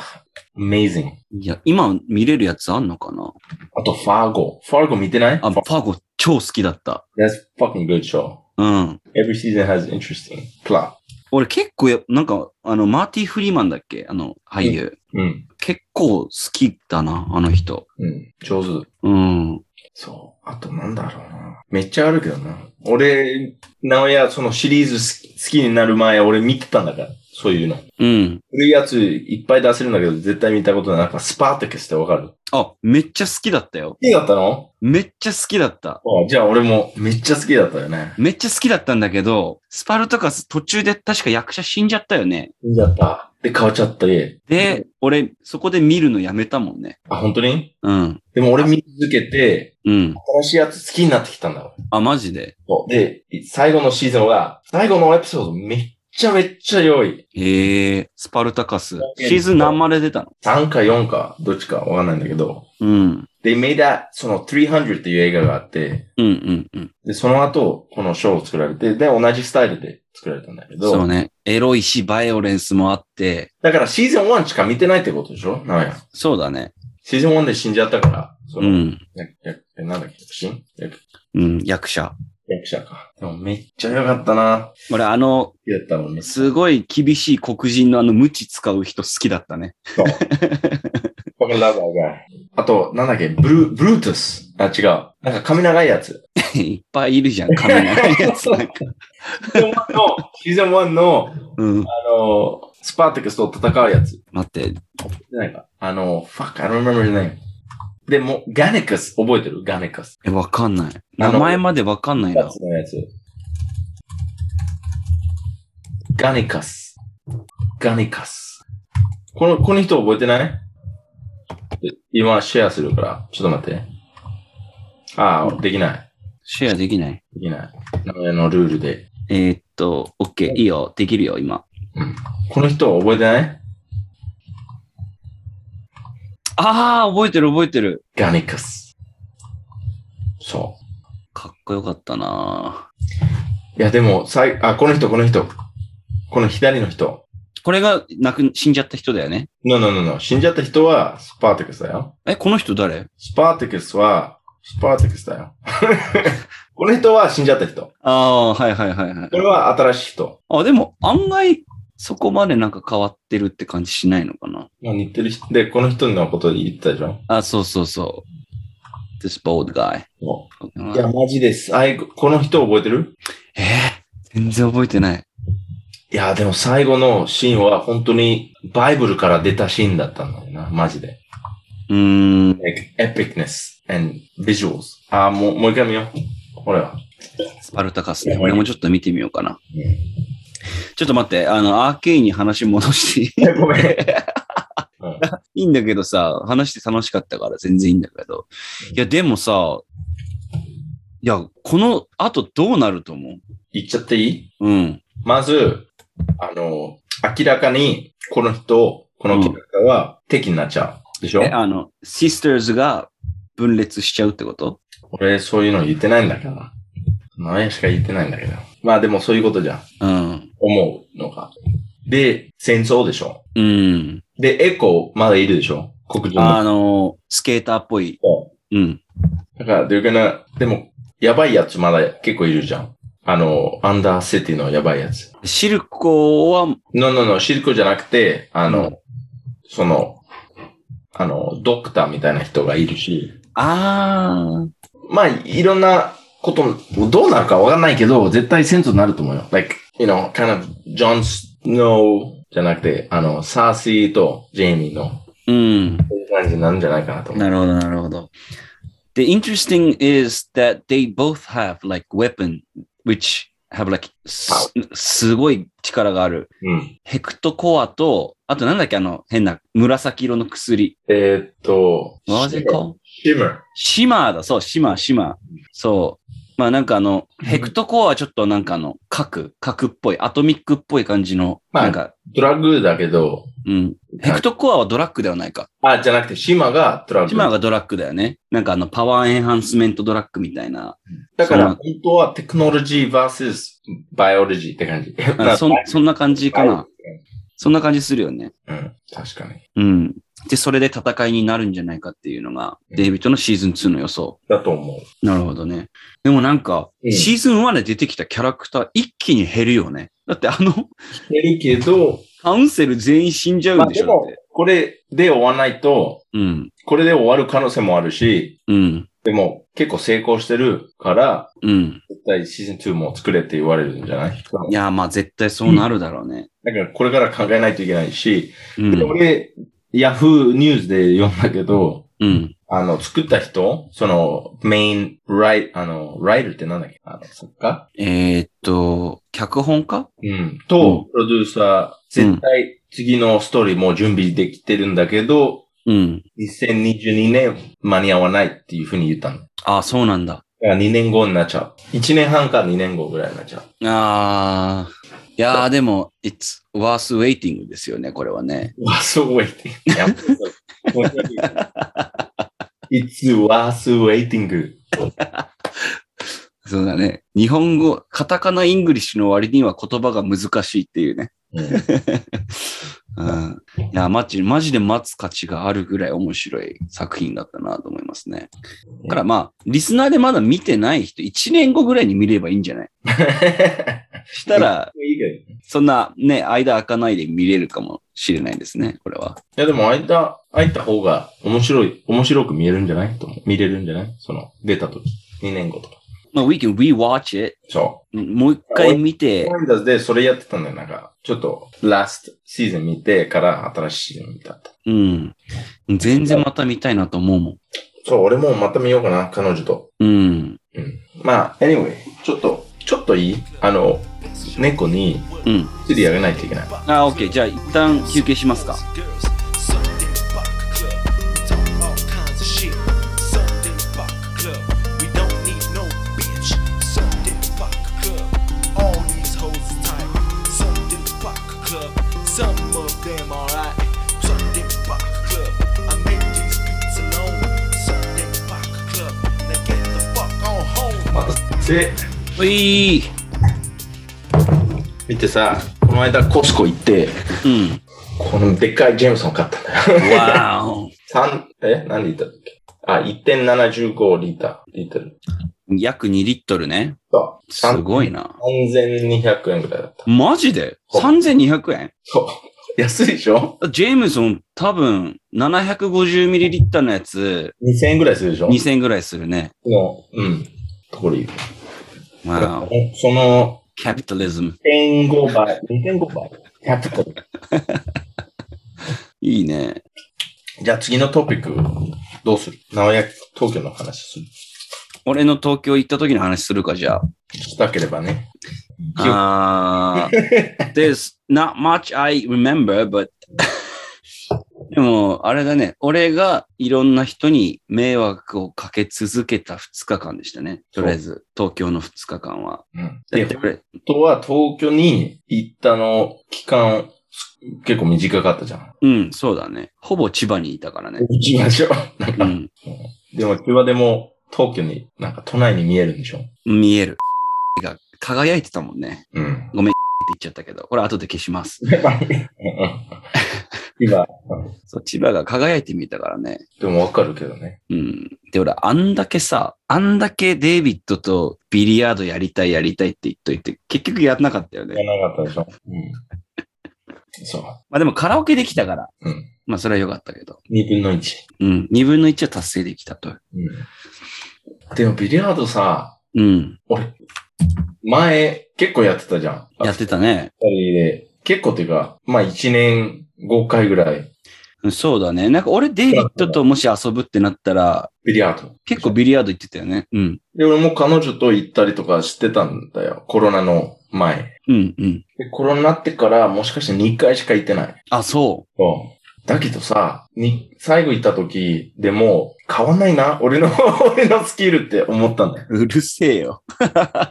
Amazing。
いや、今見れるやつあんのかな
あと、ファーゴ。ファーゴ見てない
あ、ファ
Far-
ーゴ超好きだった。
That's fucking good show.
うん。
Every season has interesting plot.
俺結構や、なんか、あの、マーティ・フリーマンだっけあの、俳優。
うん。
結構好きだな、あの人。
うん。上手。
うん。
そう。あとなんだろうな。めっちゃあるけどな。俺、なおや、そのシリーズ好き好きになる前、俺見てたんだから。そういう
う
の。
ん。
古いやついっぱい出せるんだけど、絶対見たことない。なんかスパータキスってわかる
あ、めっちゃ好きだったよ。
好きだったの
めっちゃ好きだった。
あじゃあ俺もめっちゃ好きだったよね。
めっちゃ好きだったんだけど、スパルトカス途中で確か役者死んじゃったよね。
見ちゃった。で、変わっちゃったり。
で、俺、そこで見るのやめたもんね。
あ、本当に
うん。
でも俺見続けて、
うん。
新しいやつ好きになってきたんだわ
あ、マジで。
そうで、最後のシーズンは、最後のエピソードめっちゃめっちゃ良い。
へえ、スパルタカス。シーズン何まで出たの
3か4か、どっちかわかんないんだけど。
うん。
They made that, その300っていう映画があって、
うんうんうん。
で、その後、このショーを作られて、で、同じスタイルで作られたんだけど、
そうね。エロいし、バイオレンスもあって、
だからシーズン1しか見てないってことでしょなんや。
そうだね。
シーズン1で死んじゃったから、そうの、
ん。
ややえなんだっけ、死ん役
うん、役者。
役者か。でもめっちゃ良かったな。
俺、あの、
やったのね。
すごい厳しい黒人のあの、無知使う人好きだったね。
僕ラバーが。あと、なんだっけ、ブル、ブルートゥス。あ、違う。なんか髪長いやつ。
いっぱいいるじゃん、髪長いやつなんか。
シーズン1の、シーズン1の、
うん。
あの、スパーティクスと戦うやつ。
待って、
なんか、あの、fuck, I don't remember his name. で、もう、ガネカス、覚えてるガネカス。
え、わかんない。
あ
名
の
前までわかんない
ガ
な。
ツのやつ。ガネカス。ガネカス。この、この人覚えてないえ今、シェアするから、ちょっと待って。ああ、できない。
シェアできない。
できない。名前のルールで。
えーっと、オッケー、いいよ、できるよ、今。
この人覚えてない
あー、覚えてる、覚えてる。
ガネカス。そう。
かっこよかったない
や、でも、さい、あ、この人、この人。この左の人。
ぁこれが、亡く、死んじゃった人だよね。
no, no, no, no. 死んじゃった人は、スパーティクスだよ。
え、この人誰
スパーティクスは、スパーティクスだよ。 この人は死んじゃった人。
あー、はいはいはいはい
こ。れは新しい人。
あ、でも、案外、そこまでなんか変わってるって感じしないのかな。
まあ、似てる人。で、この人のこと言ってたじゃん。
あ、そうそうそう。This bold guy.
もういや、マジです。最後、この人覚えてる
えー、全然覚えてない。
いや、でも最後のシーンは、本当に、バイブルから出たシーンだったんだよな。マジで。
うーん。
like, epicness and visuals. あー、もう、もう一回見よう。これは。
スパルタカスね。俺もちょっと見てみようかな。ちょっと待って、あの、アーケインに話戻していい
ごめん。うん
いいんだけどさ、話して楽しかったから全然いいんだけど。いや、でもさ、いや、この後どうなると思
言っちゃっていいう
うん。
まず、あの、明らかに、この人、このキャラクターは敵になっちゃう。でしょ
え、あの、シスターズが分裂しちゃうってこと
俺、そういうの言ってないんだけどな。何やしか言ってないんだけど。まあでもそういうことじゃん。
うん。
思うのが。で、戦争でしょ
うん。
で、エコーまだいるでしょ黒人
あ
の。
の、スケーターっぽい。うん。
だから、they're gonna- でも、やばいやつまだ結構いるじゃん。あの、アンダーセティのやばいやつ。
シルコは、
ののの、シルコじゃなくて、あの、
うん
その、あの、ドクターみたいな人がいるし、
あー、
まあ、いろんなこと、どうなるかわかんないけど、絶対戦争になると思うよ。like, you know, kind of, John Snow じゃなくて、あの、サーシーとジェイミーの、
うん。
こういう感じになるんじゃないかなと思う。
なるほど、なるほど。The interesting is that they both have like weapon, which have like すすごい力がある。
うん。
ヘクトコアと、あとなんだっけあの変な紫色の薬。
えーっと、
What was it called?
シム。
シマーだ、そう、シマー、シマー。そまあなんかあの、ヘクトコアはちょっとなんかあの、核、核っぽい、アトミックっぽい感じの、
まあ
なんか、
ドラッグだけど、
うん。ヘクトコアはドラッグではないか。
あ、じゃなくて、シマがドラッグ。
シマがドラッグだよね。なんかあの、パワーエンハンスメントドラッグみたいな。
だか
そ
ら、
う
本当はテクノロジー vs バイオロジーって感じ。
あそんそんな感じか
バイオ
な
ロ。
そんな感じするよね。
うん、確かに。
うん。で、それで戦いになるんじゃないかっていうのが、
うん
デイビッドのシーズン2の予想。
だと思う。
なるほどね。でもなんか、
うん
シーズン1で出てきたキャラクター一気に減るよね。だってあの、
いるけど、
カウンセル全員死んじゃう
まあ
んでし
で
ょ、
も
だって。、
これで終わらないと、
うん。
これで終わる可能性もあるし、
うん。
でも結構成功してるから、
うん。
絶対シーズン2も作れって言われるんじゃない
いや、まあ絶対そうなるだろうね。
だからこれから考えないといけないし、
うん。
で俺、ヤフーニュースで読んだけど、
うん。
あの、作った人その、メイン、ライ、あの、ライルってなんだっけあの、作家
えーっと、脚本家
うん。と、
う
プロデューサー、絶対次のストーリーもう準備できてるんだけど、
うん。
2022年間に合わないっていうふうに言ったの。だか
ああ、そうなんだ。
ら2年後になっちゃう。1年半か2年後ぐらいになっちゃう。
ああ。いやーでも、it's worth waiting ですよね、これはね。
was waiting. やっぱり It's was waiting.
そうだね。日本語、カタカナイングリッシュの割には言葉が難しいっていうね。うん。いや、マジ、マジで待つ価値があるぐらい面白い作品だったなと思いますね。だからまあ、リスナーでまだ見てない人、1年後ぐらいに見ればいいんじゃないしたら、
いいけどい
そんなね、間開かないで見れるかもしれないですね、これは。
やでも開いた、開いた方が面白い、面白く見えるんじゃないと思う見れるんじゃないその、出た時。2年後とか。
まあ、we can rewatch it.
そう。
もう一回見て
フ、ァインダーズでそれやってたんだよ。なんか、ちょっと、ラストシーズン見てから新しいシーズン見たと。
うん。全然また見たいなと思うもん。
そう、俺もまた見ようかな、彼女と。
うん。
うん。まあ、anyway、ちょっと、ちょっといいあの、猫に
うん。
薬あげないといけない。
あ、オッケー。じゃあ一旦休憩しますか。
Some of them alright. Sunday Park Club. I made these beats alone. Sunday Park Club. Now get the fuck on home.
また、で、
ういー
見てさ、この間コスコ行って、
うん。
このでっかいジェームソン買ったんだ よ。
わーお。
三え何リッターだっけあ、1.75リッター、リッター。
約2リットルね。
そう。
すごいな。
3200円ぐらいだった。
マジで ?3200 円
そう。安いでしょ
ジェームソン多分 750ml のやつ
?2000 円ぐらいするでしょ
2000円ぐらいするね。
の、うん、ところに行く。
わーお。
その、
キャピタリズム。
1.5倍、2.5倍。キャピタル。
いいね。
じゃあ次のトピック、どうする直屋東京の話する。
俺の東京行った時の話するか、じゃあ。
したければね。
あー There's not much I remember, but でも、あれだね。俺がいろんな人に迷惑をかけ続けた2日間でしたね。とりあえず、東京の2日間は。
うん。
だっ
で、
て
本
俺、
当は東京に行ったの、期間、す結構短かったじゃん。
うん、そうだね。ほぼ千葉にいたからね。
行きましょう。 なん
う
か、
ん、
でも、千葉でも、東京に、なんか、都内に見えるんでしょ
見える。が輝いてたもんね。って
うん。
言っちゃったけど、これ後で消し ます。
今、
そう、千葉が輝いてみたからね。
でもわかるけどね。
うん。で、俺、あんだけさ、あんだけデイビッドとビリヤードやりたいやりたいって言っといて、結局やんなかったよ
いや
ね。
なかったでしょうん。そう。
まあでもカラオケできたから。
うん
まあそれは良かったけど。
二分の一。
うん。二分の一は達成できたと。
うんでもビリヤードさ、
うん。
前結構やってたじゃん。
やってたね。
二人で。結構っていうか、まあ1年5回ぐらい
うんそうだね。なんか俺、デイビッドともし遊ぶってなったら、
ビリヤード。
結構ビリヤード行ってたよね。うん。
で、俺も彼女と行ったりとかしてたんだよ。コロナの前。
うんうん。
で、コロナになってからもしかして2回しか行ってない。
あ、そ
そうだけどさ、に、最後行った時でも、変わんないな、俺の、 俺のスキルって思ったんだよ。
うるせえよ。
そうじゃな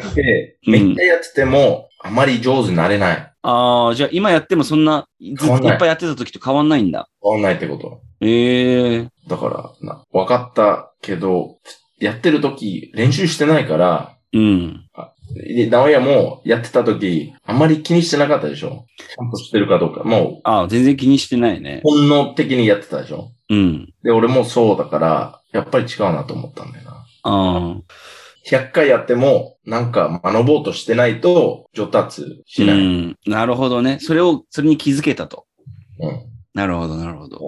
くて、
うん
めっちゃやってても、あまり上手になれない。
ああ、じゃあ今やってもそんな、ず
変わ
っ
ん
と
ない
いっぱいやってた時と変わんないんだ。
変わんないってこと。
ええ
だから、な、分かったけど、やってる時、練習してないから、
うん。
で、直屋もやってた時、あんまり気にしてなかったでしょちゃんとしてるかどうか。も
ああ、全然気にしてないね
う、。本能的にやってたでしょ
うん。
で、俺もそうだから、やっぱり違うなと思ったんだよな。
あ
100回やっても、なんか学ぼうとしてないと上達
あ、う
しない。うん。
ん。なるほどね。それを、それに気づけたと。なるほど、なるほど。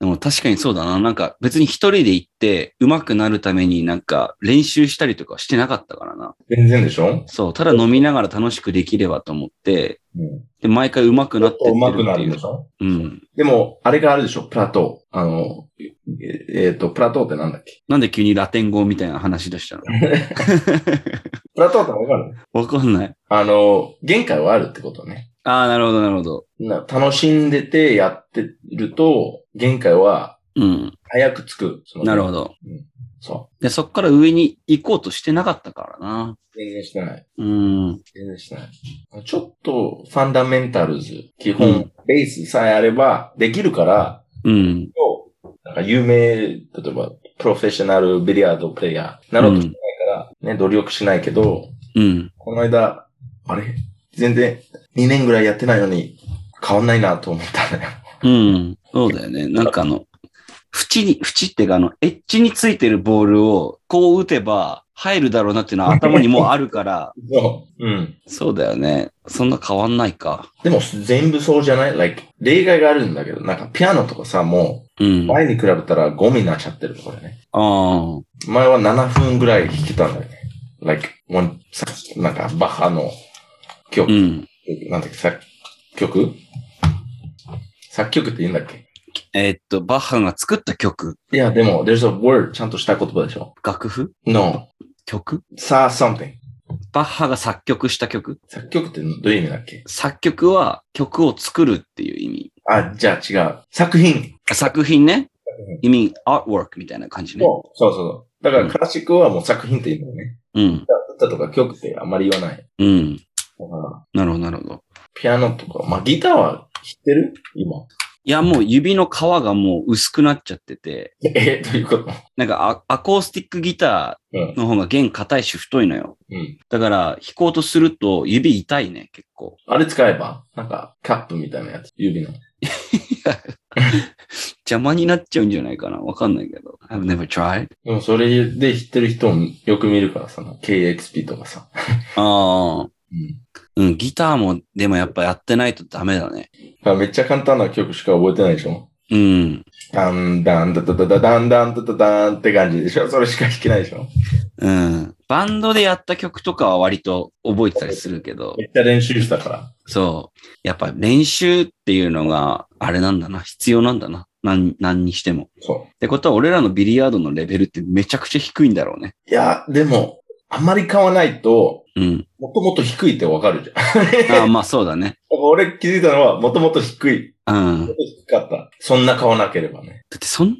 でも確かにそうだな。なんか別に一人で行って上手くなるためになんか練習したりとかしてなかったからな。
全然でしょ
そう、ただ飲みながら楽しくできればと思って、
うん。
で、毎回上手くなってってる
上手くな
って
る
い
で
う
し。ょ
うん。
でも、あれがあるでしょプラトー。あの、えっ、えーと、プラトーってなんだっけ
なんで急にラテン語みたいな話出したの
プラトーってわかる
わかんない。
あの、限界はあるってことね。
ああ、なるほど、なるほど。
な楽しんでてやってると、限界は
うん。
早くつく。その
なるほど。
そ
で、そっから上に行こうとしてなかったからな。
う。全然してない。
うん。
全然してない。ちょっと、ファンダメンタルズ、基本、
うん
ベースさえあれば、できるから、
うん。
なんか有名、例えば、プロフェッショナルビリヤードプレイヤーなろうとしないから、ね、努力しないけど、
うん。
この間、あれ全然、2年ぐらいやってないのに、変わんないなと思ったんだよ。
うん。そうだよね。なんかあの、縁に、縁っていうかあの、エッジについてるボールをこう打てば入るだろうなっていうのは頭にもうあるから、
そう。うん。
そうだよね。そんな変わんないか。
でも全部そうじゃない ?like、例外があるんだけど、なんかピアノとかさ、も
うん
う。前に比べたらゴミになっちゃってる、これね。
ああ。
前は7分ぐらい弾けたんだよね。like, one, さなんかバッハの曲、
うん。
なんだっけ、作曲作曲って言うんだっけ
えーっと、バッハが作った曲、
いや、でも、there's a word ちゃんとした言葉でしょ
楽譜
?no,
曲
sa something.
バッハが作曲した曲
作曲ってどういう意味だっけ
作曲は曲を作るっていう意味。
あ、じゃあ違う。作品。
作品ね
品。
意味、artwork みたいな感じね。
そうそうそう。だからクラシックはもう作品って言うんだよね。
うん。
歌とか曲ってあんまり言わない。
うん。
だから
なるほど、なるほど。
ピアノとか、まあ、ギターは知ってる今。
いや、もう指の皮がもう薄くなっちゃってて、
え、どういうこと
なんかアアコースティックギターの方が弦硬いし太いのよ。
うん。
だから弾こうとすると指痛いね、結構。
あれ使えばなんか、カップみたいなやつ。指の。
邪魔になっちゃうんじゃないかなわかんないけど。I've never tried.
でもそれで知ってる人をよく見るからさ、KXP とかさ。
ああ。
うん。
うん、ギターもでもやっぱやってないとダメだね。
だからめっちゃ簡単な曲しか覚えてないでしょ
うん。
ダンダンダダダダダンダンダダダンって感じでしょそれしか弾けないでしょ
うん。バンドでやった曲とかは割と覚えてたりするけど、
めっちゃ練習したから。
そう。やっぱ練習っていうのがあれなんだな。必要なんだな。なん、何にしても。
そ
ってことは、俺らのビリヤードのレベルってめちゃくちゃ低いんだろうね。
う。いや、でも、あんまり買わないと、
うん。
もともと低いってわかるじゃん。
ああ、まあそうだね。
俺気づいたのは、もともと低い。
うん。だ
低かった。そんな買わなければね。
って、そん、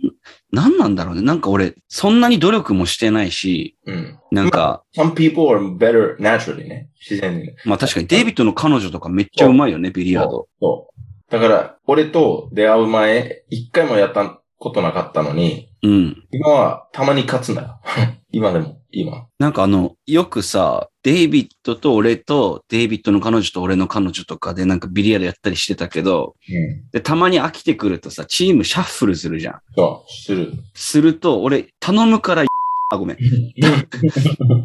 なんなんだろうね。なんか俺、そんなに努力もしてないし、
うん。
なんか、
Some people are better naturally ね。自然にね。
まあ確かにデイビッドの彼女とかめっちゃうまいよね、ビリヤード。
そう。だから、俺と出会う前、一回もやったことなかったのに、
うん。
今はたまに勝つんだよ。 今でも、今。
なんかあの、よくさ、デイビッドと俺と、デイビッドの彼女と俺の彼女とかでなんかビリヤードやったりしてたけど、
うん。
で、たまに飽きてくるとさ、チームシャッフルするじゃん。
そう、する。
すると、俺、頼むから、あ、ごめん。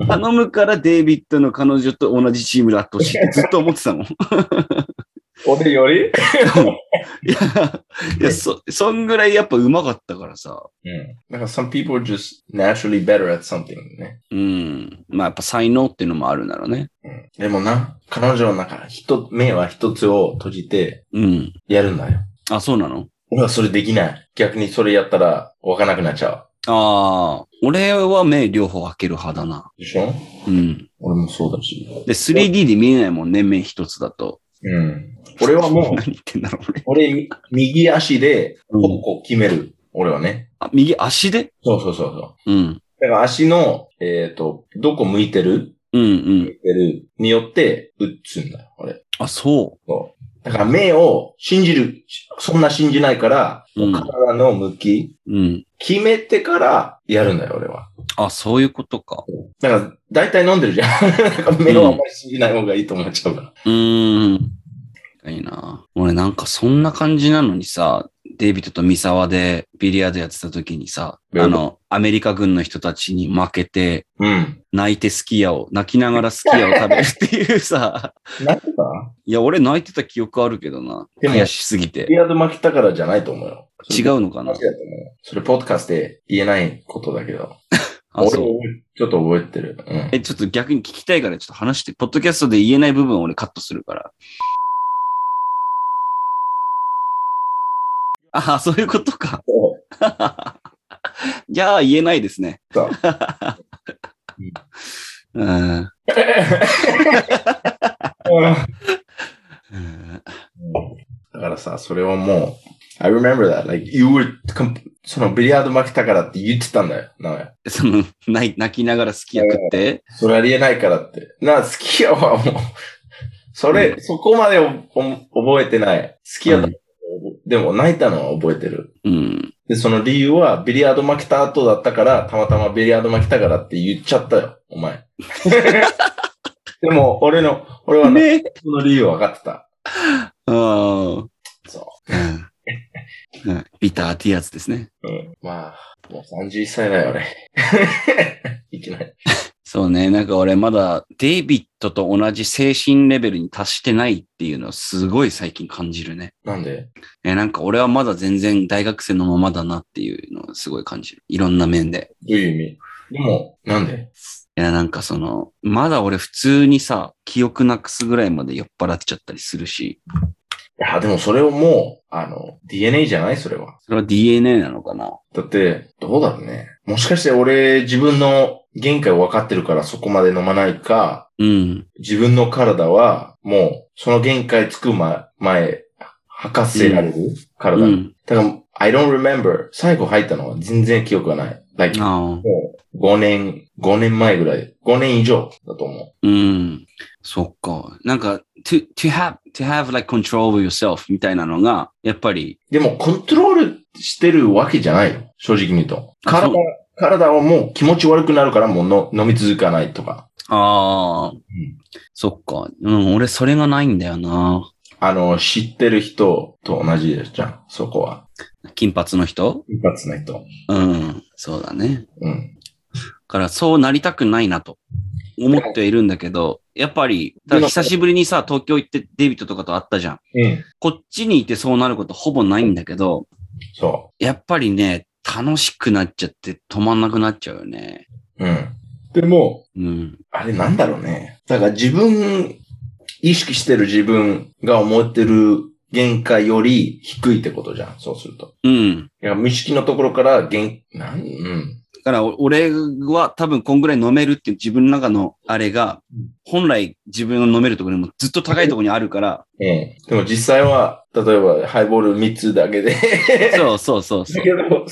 頼むからデイビッドの彼女と同じチームだってほしいってずっと思ってたもん。い
俺より
や、いやそ、そんぐらいやっぱ上手かったからさ。
うん。だから、some people are just naturally better at something ね。
うん。まあやっぱ才能っていうのもあるんだろうね。
うん。でもな、彼女の中、一、目は一つを閉じて
うん。
やるんだよ。
あ、そうなの
俺はそれできない。逆にそれやったら、わかなくなっちゃ
ああ、俺は目両方開ける派だな。
う。でしょ
うん。
俺もそうだし。
で、3D で見えないもんね、目一つだと。
うん。俺はも う
何、言ってんだろう、俺。
俺、み右足で、
うん
方向決める。俺はね。
あ、右足で
そうそうそうそう。
うん。
だから足の、えっ、と、どこ向いてる
うんう
向
ん。
いてるによって、打つんだよ、俺。
あ、そ
だから目を信じる、しそんな信じないから、
う。うん。
体の向き、
うん。
決めてからやるんだよ、俺は。
あ、そういうことか。
だから、大体飲んでるじゃん。 だから目をあんまり信じない方がいいと思っちゃうから。
うーん。いいな。俺なんかそんな感じなのにさ、デイビッドとミサワでビリヤードやってた時にさ、
うん
あの、アメリカ軍の人たちに負けて、
うん。
泣いてスキヤを、泣きながらスキヤを食べるっていうさ、
なんでか
いや、俺泣いてた記憶あるけどな。
でも
悔しすぎ
ビリ
て。
ヤード負けたからじゃないと思うよ。
違
う。
うのかな
話だと思う。それ、ポッドキャストで言えないことだけど。
あ、
俺
そう。
ちょっと覚えてる。うん。
え、ちょっと逆に聞きたいからちょっと話して、ポッドキャストで言えない部分を俺カットするから。ああ、そういうことか。じゃあ言えないですね。
そう
うん。
だからさ、それはもう、I remember that. Like, you were, com- そのビリヤード負けたからって言ってたんだよ。なんか
その、泣い泣きながら好きや食って。
それありえないからって。な、好きやはもう、それ、そこまでおお覚えてない。好きやだ、
うん
でも泣いたのは覚えてる。
うん。
で、その理由は、ビリヤード負けた後だったから、たまたまビリヤード負けたからって言っちゃったよ、お前。でも、俺の、俺は、
ね
その理由は分かってた。
うん。
そう。
うんうんビターってやつですね。
うんまあ、もう31歳だよ、俺。 いきなり。
そうね。なんか俺まだデイビッドと同じ精神レベルに達してないっていうのはすごい最近感じるね。
なんで
え、なんか俺はまだ全然大学生のままだなっていうのをすごい感じる。いろんな面で。
どういう意味でも、なんで
いや、なんかその、まだ俺普通にさ、記憶なくすぐらいまで酔っ払っちゃったりするし、
いや、でもそれをもう、あの、DNA じゃないそれは。
それは DNA なのかな
だって、どうだろうね。もしかして俺、自分の限界を分かってるからそこまで飲まないか、
うん。
自分の体は、もう、その限界つく前、前、吐かせられる、
う
体。
ん。
だから、I don't remember. 最後入ったのは全然記憶がない。Like,
ああ。
もう、5年、5年前ぐらい、5年以上だと思
うん。そっか。なんか、to, to have, to have like control over yourself みたいなのが、やっぱり、
う。でも、コントロールしてるわけじゃないよ。正直に言うと。
あそう
体、体はもう気持ち悪くなるからもうの飲み続かないとか。
ああ、そっか。うん、俺それがないんだよな。
あの、知ってる人と同じじゃん、そこは。
金髪の人
一発の人。
うん。そうだね。
うん。
だからそうなりたくないなと思っているんだけど、やっぱり、だから久しぶりにさ、東京行ってデイビッドとかと会ったじゃん。
うん。
こっちにいてそうなることほぼないんだけど、
そ
やっぱりね、楽しくなっちゃって止まんなくなっちゃうよね。
う。うん。でも、
うん。
あれなんだろうね。だから自分、意識してる自分が思ってる限界より低いってことじゃん、そうすると。
うん。
いや、無意識のところから限、なん、うん。
だからお俺は多分こんぐらい飲めるっていう自分の中のあれが
うん、
本来自分の飲めるところにもずっと高いところにあるから、
ええ。でも実際は、例えばハイボール3つだけで。
そうそうそうそ
だ
う
け。ど、うん。でも、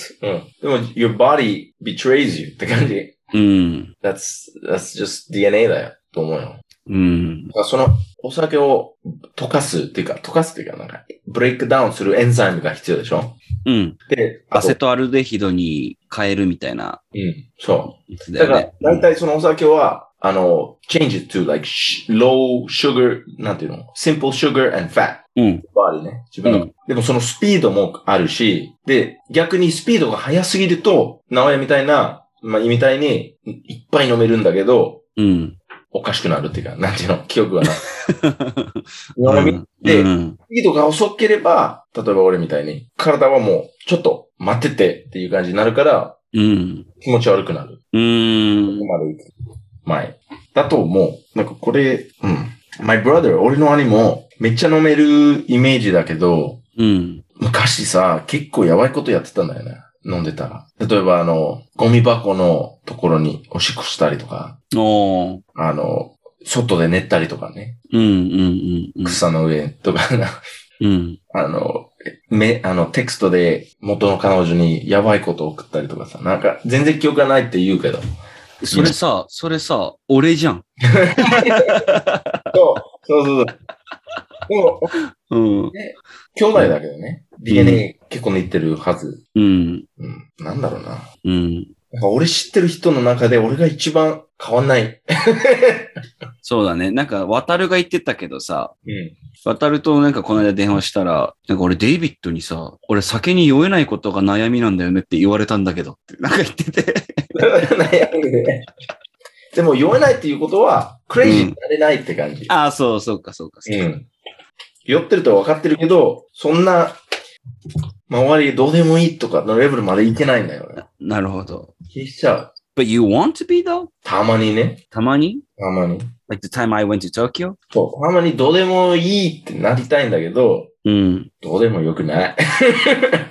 your body betrays you って感じ。
うん。
that's, that's just DNA だよ、と思うよ。
うん。
だからそのお酒を溶かすっていうか、溶かすっていうか、なんか、ブレイクダウンするエンザイムが必要でしょ
うん。
で、
ア
あと
セトアルデヒドに変えるみたいな
うん、そ
やつ
う。
だよ
だ
ね。
から、大体そのお酒は、あの、change it to like sh- low sugar, なんていうの ?simple sugar and fat
うん。
body ね。自分の、
うん
でもそのスピードもあるし、で、逆にスピードが速すぎると、名古屋みたいな、まあ、みたいに、いっぱい飲めるんだけど、
うん。
おかしくなるっていうか、なんていうの記憶がない。
う
飲み
ん
で
うん
スピードが遅ければ、例えば俺みたいに、体はもう、ちょっと待っててっていう感じになるから、
うん。
気持ち悪くなる。
う
こ
ん。
こまで行く前。だと思う。なんかこれ、うん。my brother, 俺の兄も、めっちゃ飲めるイメージだけど、
うん。
昔さ、結構やばいことやってたんだよね。飲んでたら。例えばあの、ゴミ箱のところにおしっこしたりとか、
おー
あの、外で寝ったりとかね、
うんうんうんうん。
草の上とか、
うん。
あの、め、あの、テクストで元の彼女にやばいことを送ったりとかさ、なんか全然記憶がないって言うけど、
それさ、それさ、俺じゃん。
そう、そうそうそう。でも、
うん。
兄弟だけどね、DNA 結構似てるはず。
うん。
うん、なんだろうな。
うん。
なんか俺知ってる人の中で俺が一番変わんない。
そうだね。なんか、渡るが言ってたけどさ、
うん。
渡るとなんかこの間電話したら、なんか俺デイビッドにさ、俺酒に酔えないことが悩みなんだよねって言われたんだけどって、なんか言ってて。
悩んでね。でも酔えないっていうことは、クレイジーになれないって感じ。。
ああ、そう、そうか、そうか。そううんか
酔ってると分かってるけど、そんな、周りどうでもいいとかのレベルまでいけないんだよね。
なるほど。
消しちゃう。
But you want to be though?
たまにね。
たまに
たまに。
Like the time I went to Tokyo?
そう。たまにどうでもいいってなりたいんだけど、
うん。
どうでもよくない。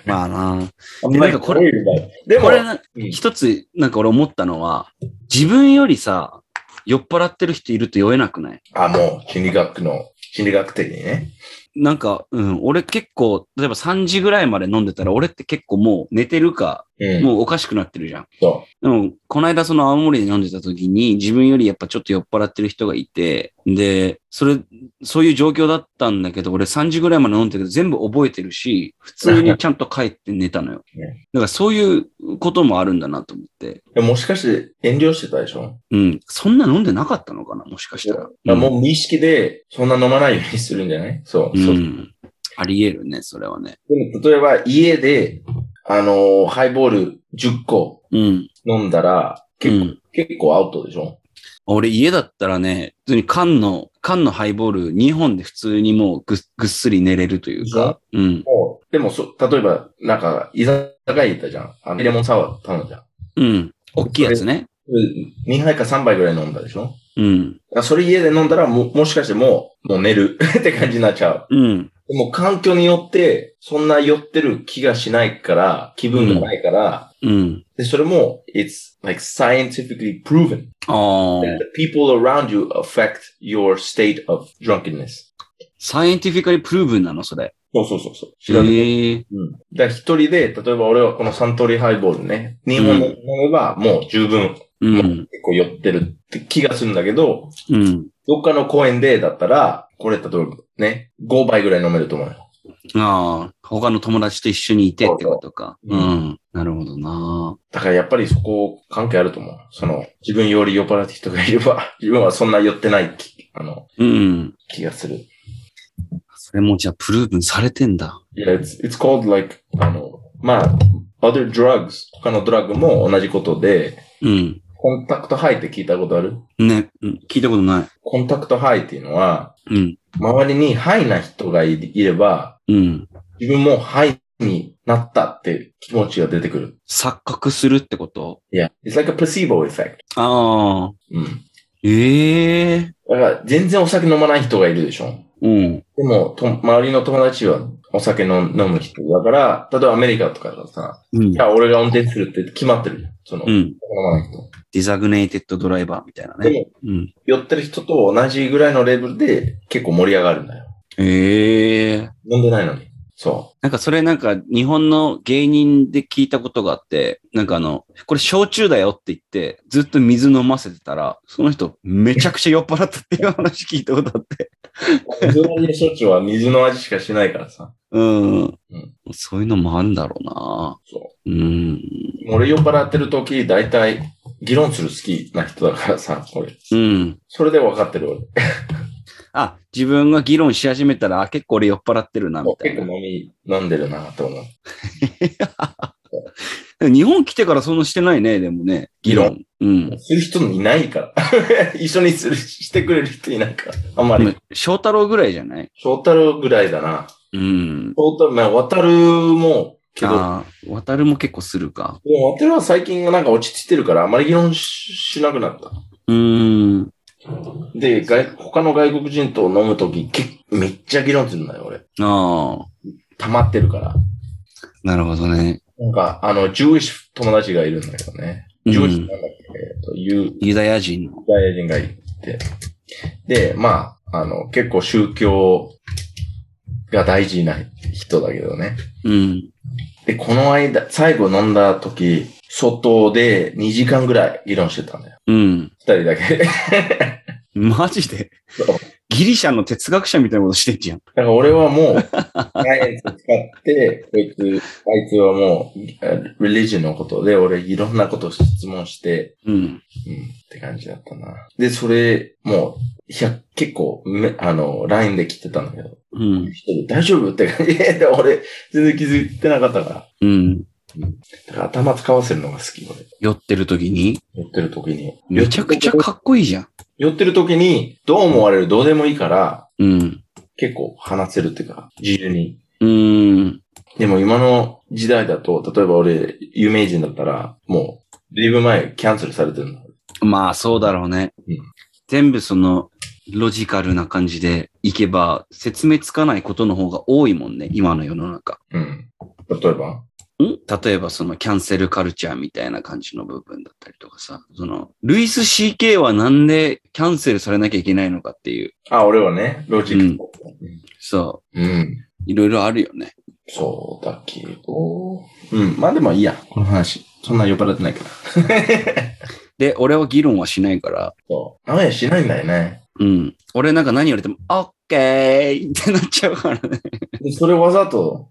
まあな。
あん
で
ま
なん
り
か これ
こういうのないでも、
これな、
うん
一つ、なんか俺思ったのは、自分よりさ、酔っ払ってる人いると酔えなくない
あ、もう、心理学の、心理学的にね。
なんか、うん、俺結構、例えば3時ぐらいまで飲んでたら、俺って結構もう寝てるか、
うん。
もうおかしくなってるじゃん。
そ
でも、この間その青森で飲んでた時に、自分よりやっぱちょっと酔っ払ってる人がいて、で、それ、そういう状況だったんだけど、俺3時ぐらいまで飲んでたけど、全部覚えてるし、普通にちゃんと帰って寝たの よ
ね。
だからそういうこともあるんだなと思って。
う。でももしかして遠慮してたでしょ、
うん、そんな飲んでなかったのかな、もしかしたら。
だからもう無意識で、そんな飲まないようにするんじゃないそう。
うん、。
そううん
あり得るね、それはね。
でも例えば家で、あのーハイボール10個
うん。
飲んだら、
う
結構、
ん、
結構アウトでしょ
俺家だったらね、普通に缶の、缶のハイボール2本で普通にもうぐっぐっすり寝れるというか。うん。
もうでもそ、例えば、なんか、居酒屋行ったじゃん。あのレモンサワー頼んだじゃん。
うん。大きいやつね。
2杯か3杯ぐらい飲んだでしょ
うん。
だからそれ家で飲んだらも、もしかしてもう、もう寝る って感じになっちゃう。
うん。
でも環境によって、そんな酔ってる気がしないから、気分がないから、
うん。
で、それも、it's like scientifically proven
ああ
that。the people around you affect your state of drunkenness.
サイエンティフィカリプルーブンなの、それ。
そうそうそうそう。
へ
調べて
え。
うん。だから一人で、例えば俺はこのサントリーハイボールね、日本の飲めばもう十分
うん。
結構酔ってるって気がするんだけど、
うん。
どっかの公園でだったら、これ例えばね、5杯ぐらい飲めると思うよ。
ああ。他の友達と一緒にいてってことか。
そう
う。
そうん
なるほどな。
だからやっぱりそこ関係あると思う。その、自分より酔っ払って人がいれば、 自分はそんな酔ってない気、あの、
うん。
気がする。
それもじゃあプルーブンされてんだ。
Yeah, it's, it's called like, あの、まあ、other drugs、他のドラッグも同じことで、
うん。
コンタクトハイって聞いたことある
ね。うん聞いたことな
コンタクトハイっていうのは、
い。うん。
周りにハイな人がいいれば、
うん。
自分もハイになったって気持ちが出てくる。
錯覚するってこと
Yeah. It's like a placebo effect.
ああ。
うん。
ええ
だから、全然お酒飲まない人がいるでしょ
うん。
でも、と周りの友達はお酒の飲む人だから、例えばアメリカとかだとさ、
うん
い。や、俺が運転するって決まってるじゃん。その、
う
飲
ん。
まない人。
ディザグネイテッドドライバーみたいな
で
ね。
も、
うん。
酔ってる人と同じぐらいのレベルで結構盛り上がるんだよ。
ええ
飲んでないのに。そ
なんかそれなんか日本の芸人で聞いたことがあって、なんかあの、これ焼酎だよって言って、ずっと水飲ませてたら、その人めちゃくちゃ酔っ払ったっていう話聞いたことあって。
う。水の味処置は水の味しかしないからさ。
うん
うん。
そういうのもあるんだろうな
そ
うん。
う。俺酔っ払ってる時、大体、議論する好きな人だからさ、俺。
うん。
それで分かってる俺。
あ、自分が議論し始めたら、あ、結構俺酔っ払ってるな、みたい
結
な
構。飲み、飲んでるなと思う。
でも日本来てからそんなしてないね、でもね。議論。うん。
する人いないから。 一緒にする、してくれる人いないから。あんまり。
翔太郎ぐらいじゃない
翔太郎ぐらいだな。
うん。
翔太郎、まあ、渡るも、けど、
ああ、渡るも結構するか。
でも渡るは最近なんか落ち着いてるから、あまり議論ししなくなった。
うーん。
で、外他の外国人と飲むとき、けめっちゃ議論するんだよ、俺。
あ
溜まってるから。
あ、なるほどね。
なんか、あの、ジューシュ友達がいるんだけどね。
うん
ジューシュなんだっけ、えっと、ユ
ユダヤ人の。
ダヤ人がいて。で、まあ、あの、結構宗教が大事な人だけどね。
うん。
で、この間、最後飲んだ時、外で2時間ぐらい議論してたんだよ。
うん。
二人だけ。 だか
マジで
そう
ギリシャの哲学者みたいなことしてんじゃん。
ら俺はもう、サイエンス使って、こいつ、あいつはもう、リリジンのことで、俺いろんなことを質問して、
うん。
うん、って感じだったな。で、それ、もう、いや、結構、めあの、LINE で来てたんだけど、
うん。
一人大丈夫って感じ で、俺、全然気づいてなかったから。
うん。
だから頭使わせるのが好き、俺。
酔ってる時に、
寄ってる時に。
めちゃくちゃかっこいいじゃん。
寄ってる時に、どう思われるどうでもいいから、
うん。
結構話せるっていうか、自由に。
うーん。
でも今の時代だと、例えば俺、有名人だったら、もう、だいぶ前キャンセルされてるの。
まあ、そうだろうね。
うん
全部その、ロジカルな感じでいけば、説明つかないことの方が多いもんね、今の世の中。
うん。例えば
ん例えばそのキャンセルカルチャーみたいな感じの部分だったりとかさ、その、ルイス CK はなんでキャンセルされなきゃいけないのかっていう、
あ、俺はね、ロジック。
そ
うん。うん、
う、いろいろあるよね。
そうだけど。うん。まあでもいいや、この話。そんな酔っ払ってないから。
で、俺は議論はしないから、
そう。あんまりしないんだよね。
うん。俺なんか何言われても、オッケーってなっちゃうからね。
でそれわざと、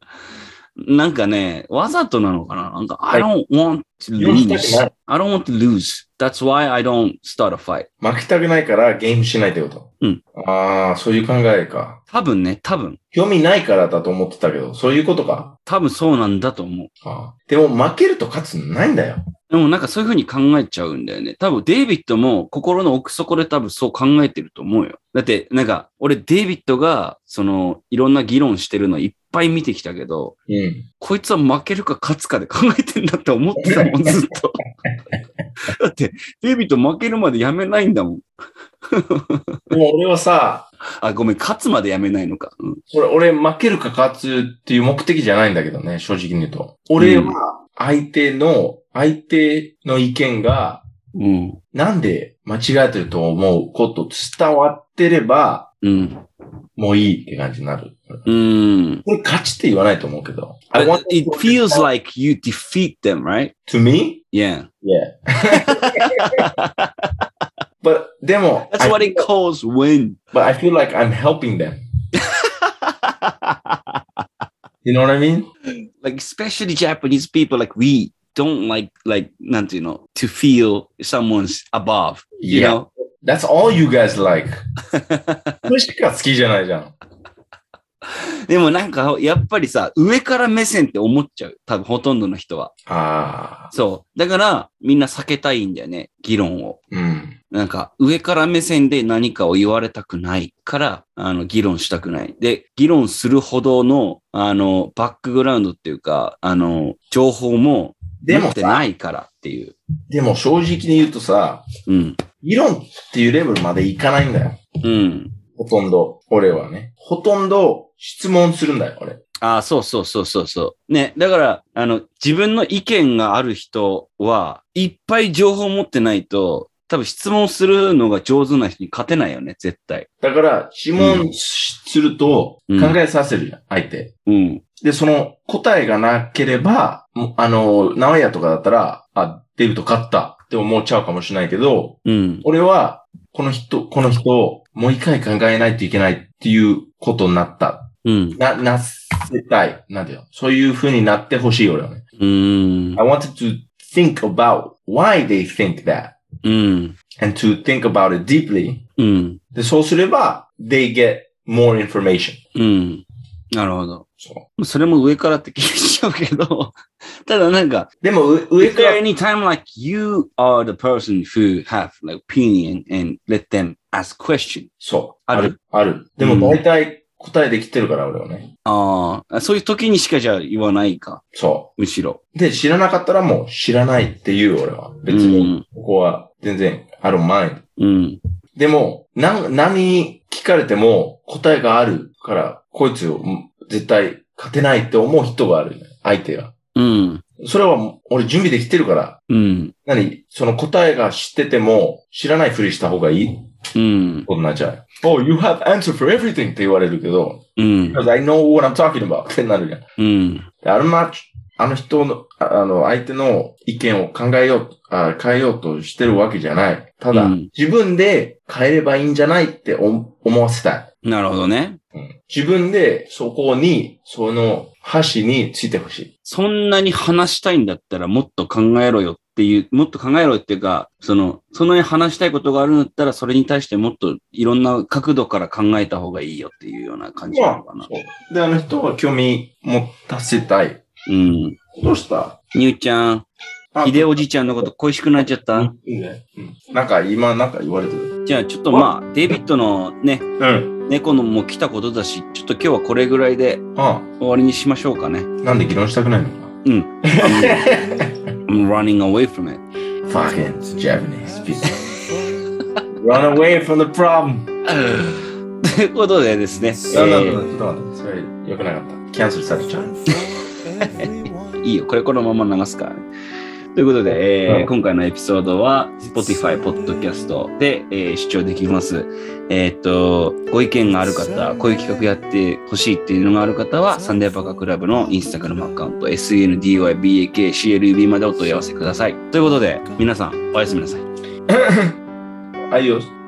なんかね、わざとなのかななんか、
はい
I don't want to
言わせ
lose.
たくない
I don't want to lose. That's why I don't start a fight.
負けたくないからゲームしないってこと。
うん。
ああ、そういう考えか。
多分ね、多分。
興味ないからだと思ってたけど、そういうことか。
多分そうなんだと思う。
あーでも負けると勝つのないんだよ。
でもなんかそういうふうに考えちゃうんだよね。多分デイビッドも心の奥底で多分そう考えてると思うよ。だってなんか俺デイビッドがそのいろんな議論してるのいっぱい見てきたけど、
うん。
こいつは負けるか勝つかで考えてんだって思ってたもん、ずっ と。だってデイビッド負けるまでやめないんだもん。
でも俺はさ、
あ、ごめん、勝つまでやめないのか。うん
これ俺負けるか勝つっていう目的じゃないんだけどね、正直に言うと。俺は相手の、相手の意見が
うん。
なんで間違えてると思うこと伝わってれば、
うん。
もういいって感じになる。
うん。
これ勝ちって言わないと思うけど。I
But
want
it feels like you defeat them, right?
to me?
Yeah.
Yeah. But でも、
That's what it calls win.
But I feel like I'm helping them. you know what I mean?
like especially Japanese people, like we don't like like なんていうの to feel someone's above. You
Yeah.
know?
That's all you guys like. それしか好きじゃないじゃん。
でもなんかやっぱりさ、上から目線って思っちゃう。多分ほとんどの人は。
ああ。
そう。だからみんな避けたいんだよね。議論を。
うん。
なんか上から目線で何かを言われたくないから、あの、議論したくない。で、議論するほどの、あの、バックグラウンドっていうか、あの、情報も
で
持
も
って
さ、
ないからっていう。
でも正直に言うとさ、
うん。
議論っていうレベルまでいかないんだよ。
うん。
ほとんど。俺はね。ほとんど質問するんだよ、俺。
ああ、そうそうそうそうそう。ね、だから、あの、自分の意見がある人は、いっぱい情報を持ってないと、多分質問するのが上手な人に勝てないよね、絶対。
だから、質問しすると
うん
考えさせるじゃん、相手。
うん。
で、その答えがなければ、もうあの、名古屋とかだったら、あ、デビット勝ったって思っちゃうかもしれないけど、
うん。
俺は、この人、この人をもう一回考えないといけないっていうことになった。
うん。
な、なせたい。なんだよ。そういう風になってほしい、俺はね。
うん。
I wanted to think about why they think that
うん。
and to think about it deeply.
うん。
で、そうすれば、they get more information.
うん。なるほど。
そう。
それも上からって気がしちゃうけど、 ただなんか、
でも、う
Is
上か
there
ら、
any time like you are the person who have like opinion and let them ask question?
そう。
ある
ある。で
うん
も、大体答えできてるから、俺はね。
ああ、そういう時にしかじゃあ言わないか、
そ
むしろ。
う。で、知らなかったらもう知らないっていう、俺は。別に、ここは全然、I don't mind.
うん。
でも、な、何聞かれても答えがあるから、こいつをうん絶対勝てないって思う人がある、相手が。
うん。
それはもう俺準備できてるから、
うん。
何その答えが知ってても知らないふりした方がいい
うん。
ことになっちゃう。Oh, you have answer for everything って言われるけど、
うん。
because I know what I'm talking about ってなるじゃん。
うん。
であれま、あの人の、ああの、相手の意見を考えよう、あ変えようとしてるわけじゃない。ただ、
うん
自分で変えればいいんじゃないって思思わせたい。
なるほどね。
うん自分でそこに、その箸についてほしい。
そんなに話したいんだったらもっと考えろよっていう、もっと考えろよっていうか、その、そんなに話したいことがあるんだったら、それに対してもっといろんな角度から考えた方がいいよっていうような感じなのかな。
そうで、あの人は興味持たせたい。
うん。
どうした
にゅうちゃん、
あ
ひでおじいちゃんのこと恋しくなっちゃった
いいね。うんなんか今、なんか言われてる。
じゃあちょっとまあ、デイビッドのね、
うん。
猫のも来たことだし、ちょっと今日はこれぐらいで
あ
終わりにしましょうかね。
あ、なんで議論したくないのか。
I'm running away from it.
Fucking Japanese people. Run away from the problem.
ということでですね、え
なんだ
ー
なんだ、ちょっと待って。それ良くなかった。キャンセルされちゃう。
いいよ、これこのまま流すからね。ということで、えー
うん
今回のエピソードは Spotify、Podcast で、えー視聴できます。えーっと、ご意見がある方、こういう企画やってほしいっていうのがある方は、サンデーバカクラブのインスタグラムアカウント、SENDYBAKCLUB までお問い合わせください。ということで、皆さん、おやすみなさい。
Adiós.